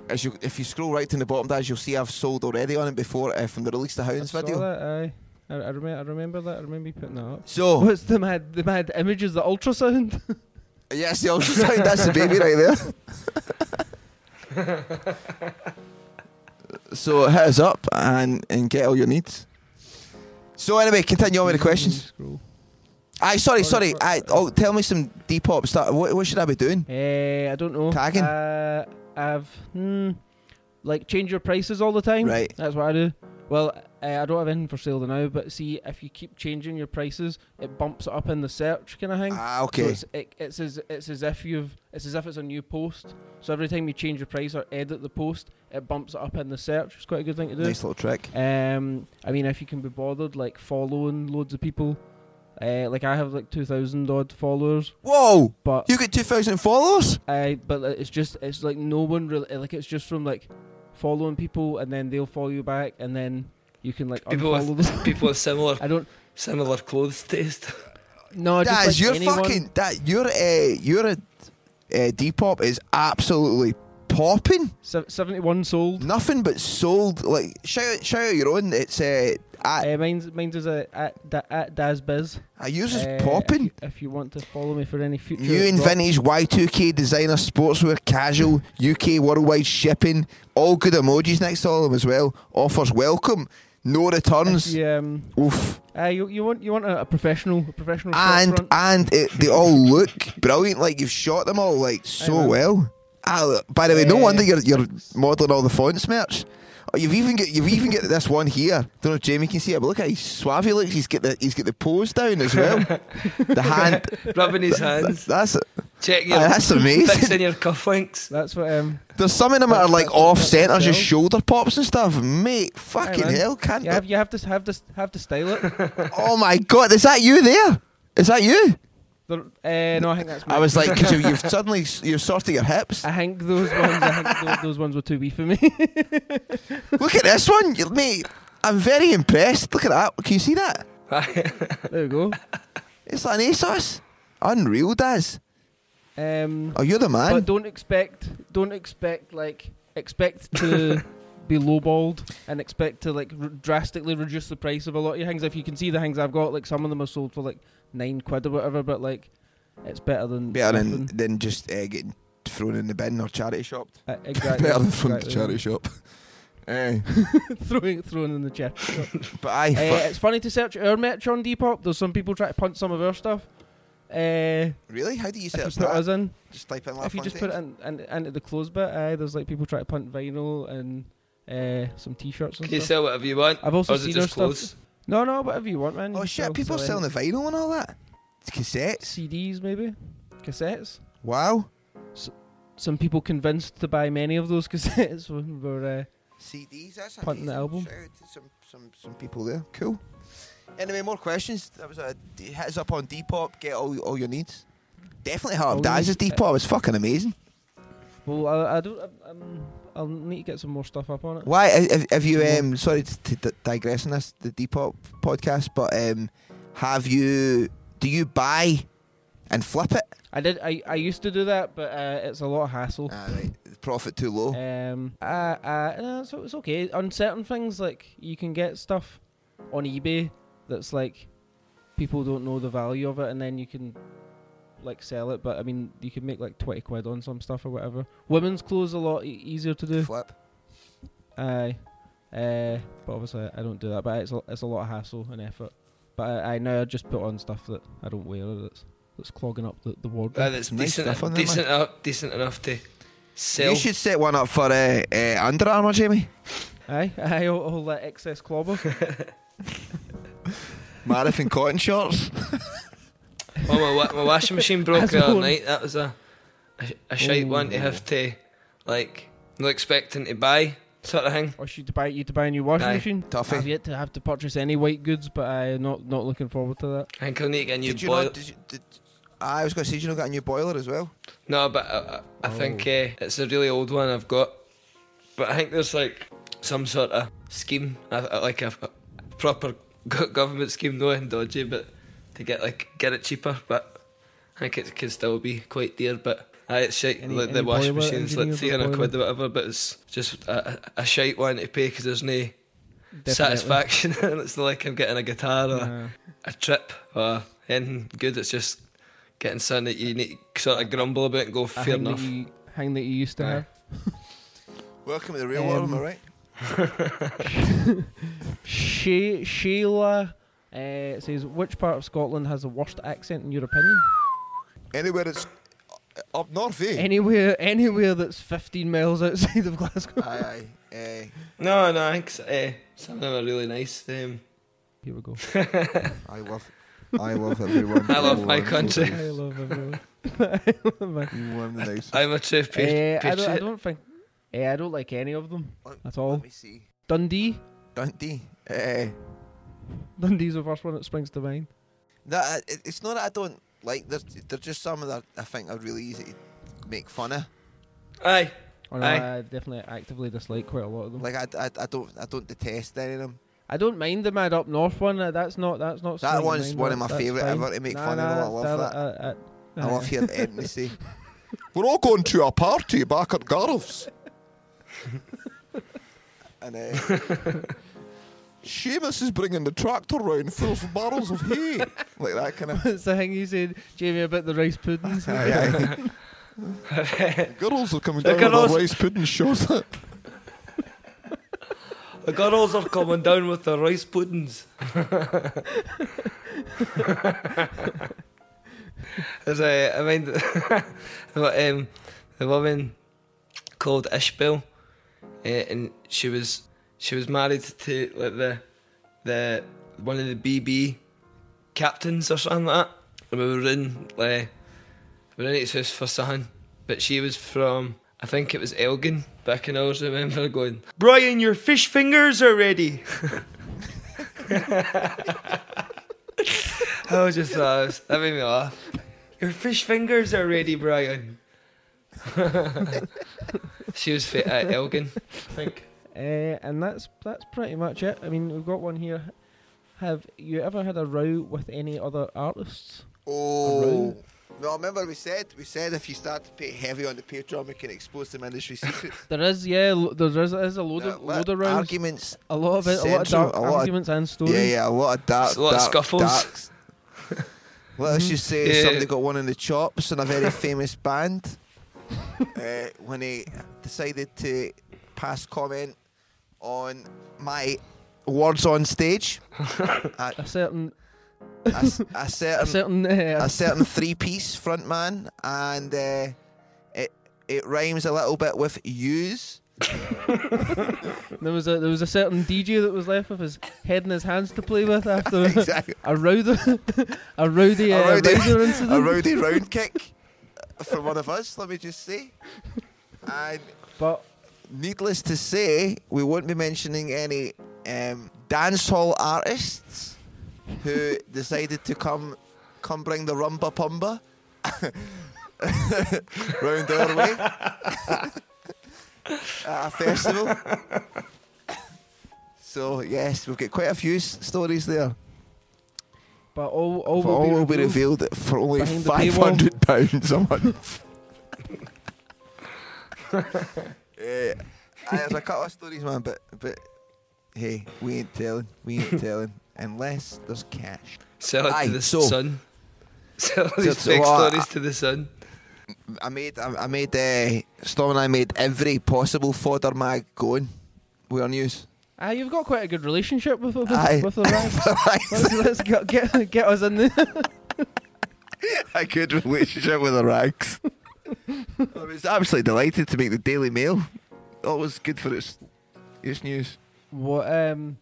as you if you scroll right to the bottom, Daz, you'll see I've sold already on it before uh, from the release the I Hounds saw video. that, aye. I, I, remember, I remember that. I remember you putting that up. So What's the mad the mad images? The ultrasound. yes, the ultrasound. that's the baby right there. so hit us up and and get all your needs. So anyway, continue on with the questions. Scroll. Aye, sorry, Mm-hmm. sorry. Sorry, Aye, oh, tell me some Depop stuff. What, what should I be doing? Eh, I don't know. Tagging? Uh, I've hmm, like change your prices all the time. Right. That's what I do. Well, uh, I don't have anything for sale now, but see, if you keep changing your prices, it bumps it up in the search kind of thing. Ah, So okay. it's, it, it's as it's as if you've it's as if it's a new post. So every time you change your price or edit the post, it bumps it up in the search. It's quite a good thing to do. Nice little trick. Um, I mean, if you can be bothered, like following loads of people. Uh, like I have like two thousand odd followers, Whoa! but You got 2,000 followers? I but like, it's just it's like no one really eh, like it's just from like following people and then they'll follow you back and then you can like People unfollow them. with people with similar I don't similar clothes taste. no. I just, That like is your anyone- fucking. That your uh, your uh, Depop is absolutely popping. Se- seventy-one sold. Nothing but sold. Like shout out, shout out your own. It's uh, at, Uh, mine's mine's is a at, da, at Dazbiz. uh, yours is Uh, If popping. you, if you want to follow me for any future, New and drop- vintage Y2K designer sportswear, casual, UK worldwide shipping, all good emojis next to all of them as well. Offers welcome, no returns. if you, um, Oof. uh, you you want you want a, a professional a professional And shopfront. and it, they all look brilliant. Like you've shot them all like so Aye, man. well. Ah, by the way, no Eh, wonder you're you're modelling all the fonts, merch. Oh, You've even got you've even got this one here. Don't know if Jamie can see it, but look how suave he looks. He's got the he's got the pose down as well. the hand. Rubbing his hands. That's Check your aye, Oh, that's amazing. fixing your cufflinks. That's what um. There's some of them that are like That's- off that's centre, just hell. shoulder pops and stuff. Mate, aye, fucking man. hell, can't you have you have to have to have to style it? Oh my god, is that you there? Is that you? The- uh, no, I think that's. I mine. was like, because you've suddenly you're sorting your hips. I think those ones, I think those, those ones were too wee for me. Look at this one, you- mate. I'm very impressed. Look at that. Can you see that? there we go. It's like an ASOS. Unreal, Daz. Um, Oh, you're the but man. don't expect, don't expect like expect to be lowballed and expect to like r- drastically reduce the price of a lot of your things. If you can see the things I've got, like some of them are sold for like nine quid or whatever, but like it's better than Better than, nothing. than just uh, getting thrown in the bin or charity shop. Uh, exactly. Better than from the exactly. charity shop. Eh, throwing throwing in the chair. but I. uh, it's funny to search our merch on Depop. There's some people try to punch some of our stuff. Uh, really? How do you if you search put us that? in. Just type in if you just put it in, in, into the clothes bit, aye, there's like people try to punt vinyl and uh, some t-shirts and Can you stuff. sell whatever you want? I've also or is it seen just her stuff- clothes? No, no, whatever you want, man. Oh You shit, sell- people are sell selling the vinyl and all that. Cassettes. anything. CDs, maybe cassettes. Wow. Some people convinced to buy many of those cassettes when we were. Uh, CDs. That's Punting the amazing. album. Shout out to some, some, some people there. Cool. Anyway, more questions. That was a d- hit us up on Depop. Get all, all your needs. Definitely All hard. your Daz's needs. Depop is fucking amazing. well, I, I don't. I, um, I'll need to get some more stuff up on it. Why uh, have- have, have you? Yeah. Um, sorry to, to di- digress on this, the Depop podcast, but um, have you? Do you buy and flip it? I did. I, I used to do that, but uh, it's a lot of hassle. Ah, right. The profit too low. Um, uh, uh, no, so it's okay. On certain things, like you can get stuff on eBay that's like people don't know the value of it, and then you can like sell it. But I mean, you can make like twenty quid on some stuff or whatever. Women's clothes a lot e- easier to do. flip. Aye, uh, but obviously I don't do that. But it's a, it's a lot of hassle and effort. But I, I now I just put on stuff that I don't wear or that's that's clogging up the the wardrobe. Uh, that's Some nice decent, stuff on there, decent, enough, decent enough to sell. You should set one up for uh, uh, Under Armour, Jamie. aye, aye, all, all that excess clobber. Marathon cotton shorts. Oh, my, wa- my washing machine broke That's the other one. night. That was a a, sh- a shite one to Oh. have to like not expecting to buy sort of thing. or should to buy you to buy a new washing Aye. machine. Toffee. I've yet to have to purchase any white goods, but I'm not not looking forward to that. I think I'll need to get a new Did you boil- not? Did you, did, Ah, I was going to say, did you not get a new boiler as well? No, but I, I I think Oh. uh, it's a really old one I've got. But I think there's like some sort of scheme, uh, uh, like a, a proper go- government scheme, nothing dodgy, but to get like get it cheaper. But I think it can still be quite dear. But aye, it's shite. Any- like any the washing boiler machine's like engineers or three hundred quid or boiler? whatever, but it's just a, a a shite one to pay because there's no Definitely. satisfaction. it's not like I'm getting a guitar or Nah. a trip or anything good. It's just getting something that you need to sort of grumble about and go, A fair thing enough. That you, hang that you used to Aye. have. Welcome to the real world, am I Um, right? Shay, Shayla Uh, it says, which part of Scotland has the worst accent in your opinion? Anywhere it's up north, eh? Anywhere, anywhere that's 15 miles outside of Glasgow. aye, eh, aye. aye. No, no, I think s- eh, some of them are really nice. Um, Here we go. I love, I love everyone. I love my Everyone country. I love everyone. loves you, I'm the nice. I'm a true Uh, patri- I, don't, I patriot. don't think. Uh, I don't like any of them at all. Let me see. Dundee. Dundee. Eh, Dundee's the first one that springs to mind. no, I- it- it's not that I don't like. There's, there's just some of that I think are really easy to make fun of. Aye. Oh, no, Aye. I definitely actively dislike quite a lot of them. Like I, I, I don't, I don't detest any of them. I don't mind the Mad Up North one. uh, That's not. That's not. That swinging one's mine, one of that- my that's favourite fine. ever to make nah, fun of nah, them, I love that. I, I love hearing Edna say, "We're all going to a party back at Gareth's," and uh, Seamus is bringing the tractor round full of barrels of hay, like that kind of. It's the thing you said, Jamie, about the rice puddings. Aye, aye. girls are coming The down uh, with their girls- rice pudding shot. The girls are coming down with the rice puddings. There's a, I mean, the, um, the woman called Ishbel, uh, and she was she was married to like the the one of the BB captains or something like that. And we were in uh, we were in his house for something, but she was from I think it was Elgin. Back and I always remember going, Brian, your fish fingers are ready. I was just uh, that made me laugh. Your fish fingers are ready, Brian. she was fit at Elgin, I think. Uh, and that's that's pretty much it. I mean, we've got one here. Have you ever had a row with any other artists? Oh. No, remember we said we said if you start to pay heavy on the Patreon, we can expose some industry secrets. There is, yeah. Lo- there is, there is a load Yeah, of let- load of rows. Arguments. a lot of it, a lot of Central- dark a lot of- arguments and stories. Yeah, yeah, a lot of dark, It's a lot of dark- scuffles. darks. Let's just say Yeah. somebody got one in the chops in a very famous band uh, when he decided to pass comment on my words on stage. A certain, A, s- a certain a certain. Uh, a certain three piece front man, and uh, it it rhymes a little bit with use. there was a there was a certain DJ that was left with his head in his hands to play with after Exactly. a rowdy, a rowdy, a uh, rowdy, rider a incident. rowdy round kick from one of us. Let me just say, and but needless to say, we won't be mentioning any um, dance hall artists who decided to come come bring the rumba pumba round our way at a festival. So yes, we've got quite a few s- stories there. but all all, But will, all be will be revealed for only behind the five hundred pounds a month. yeah, Eh, there's a couple of stories, man, but but hey, we ain't telling, we ain't telling unless there's cash. Sell it Aye, to the so- sun. Sell these Just- fake well, I- stories to the sun. I made, I, I made, uh, Storm and I made every possible fodder mag going. We on news. Ah, you've got quite a good relationship with with, Aye. with the rags. let's let's get, get get us in there. a good relationship with the rags. I was absolutely delighted to make the Daily Mail. Always good for its its news. What um,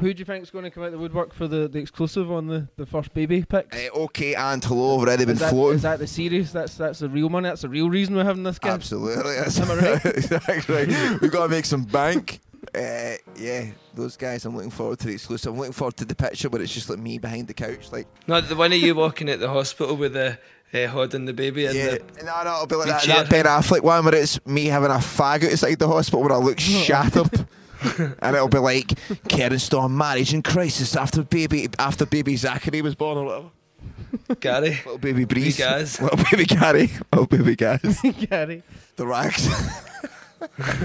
who do you think's going to come out the woodwork for the, the exclusive on the, the first baby pick? Uh, okay, and hello, have already been Is that, floating. is that the series? That's that's the real money. That's the real reason we're having this game. Absolutely, that's Am I right? exactly right. We've got to make some bank. Uh, yeah, those guys. I'm looking forward to the exclusive. I'm looking forward to the picture, but it's just like me behind the couch, like No, the one of you walking at the hospital with the uh, holding the baby and yeah. the No, no, it'll be like the that, chair that Ben Affleck one where it's me having a fag outside the hospital where I look shattered. and it'll be like Karen Storm marriage in crisis after baby after baby Zachary was born or whatever. Gary. Little baby Breeze, Gaz. little baby Gary, little baby Gaz. Gary. The rags.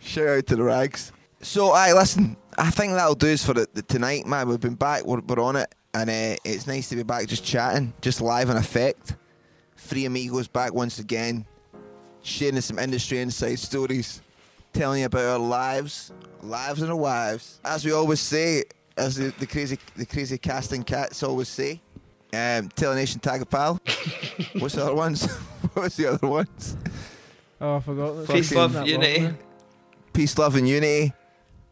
Shout out to the rags. So, aye, listen, I think that'll do us for the, the tonight, man. We've been back, we're, we're on it, and uh, it's nice to be back just chatting, just live on effect. Three amigos back once again, sharing some industry inside stories, telling you about our lives, lives and our wives. As we always say, as the, the crazy the crazy casting cats always say. Um, Telenation Tagapal. What's the other ones? What's the other ones? Oh, I forgot. Peace, Fucking- love, that unity. wasn't it? Peace, love, and unity,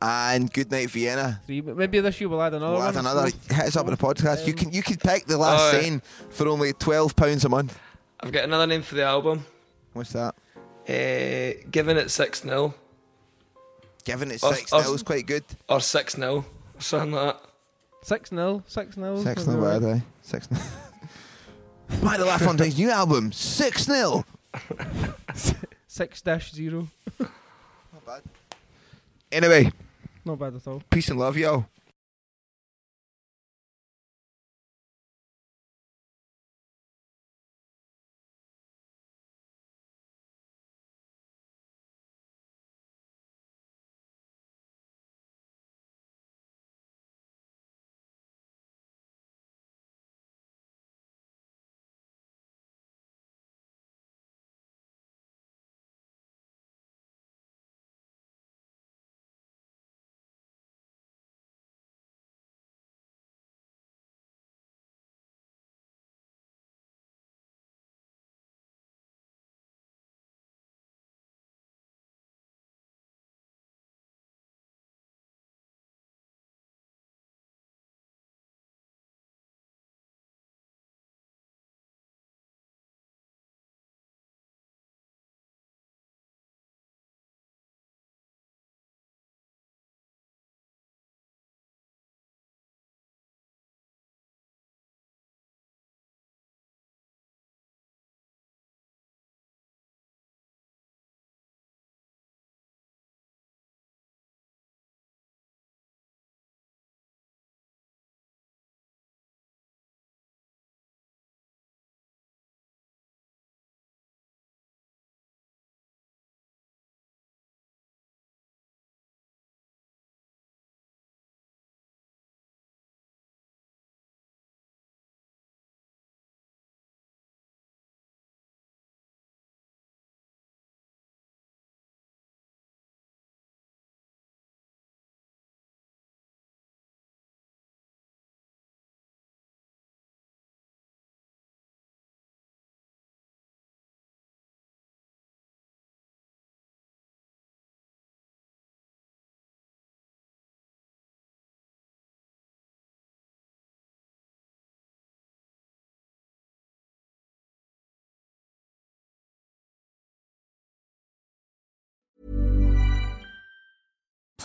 and Good Night Vienna. Three, but maybe this year we'll add another We'll one. add another. It's Hit us up in the podcast. you Um, can you can pick the last alright. scene for only twelve pounds a month. I've got another name for the album. What's that? Uh, giving it 6 0 Giving it Us- six us- now is quite good. or 6 0 or something like that. Six nil, six nil. Six maybe nil, we're bad, right. eh? Six nil. Buy the Laugh on Things new album, six nil. Six dash zero. Anyway, Not bad at all. peace and love, yo.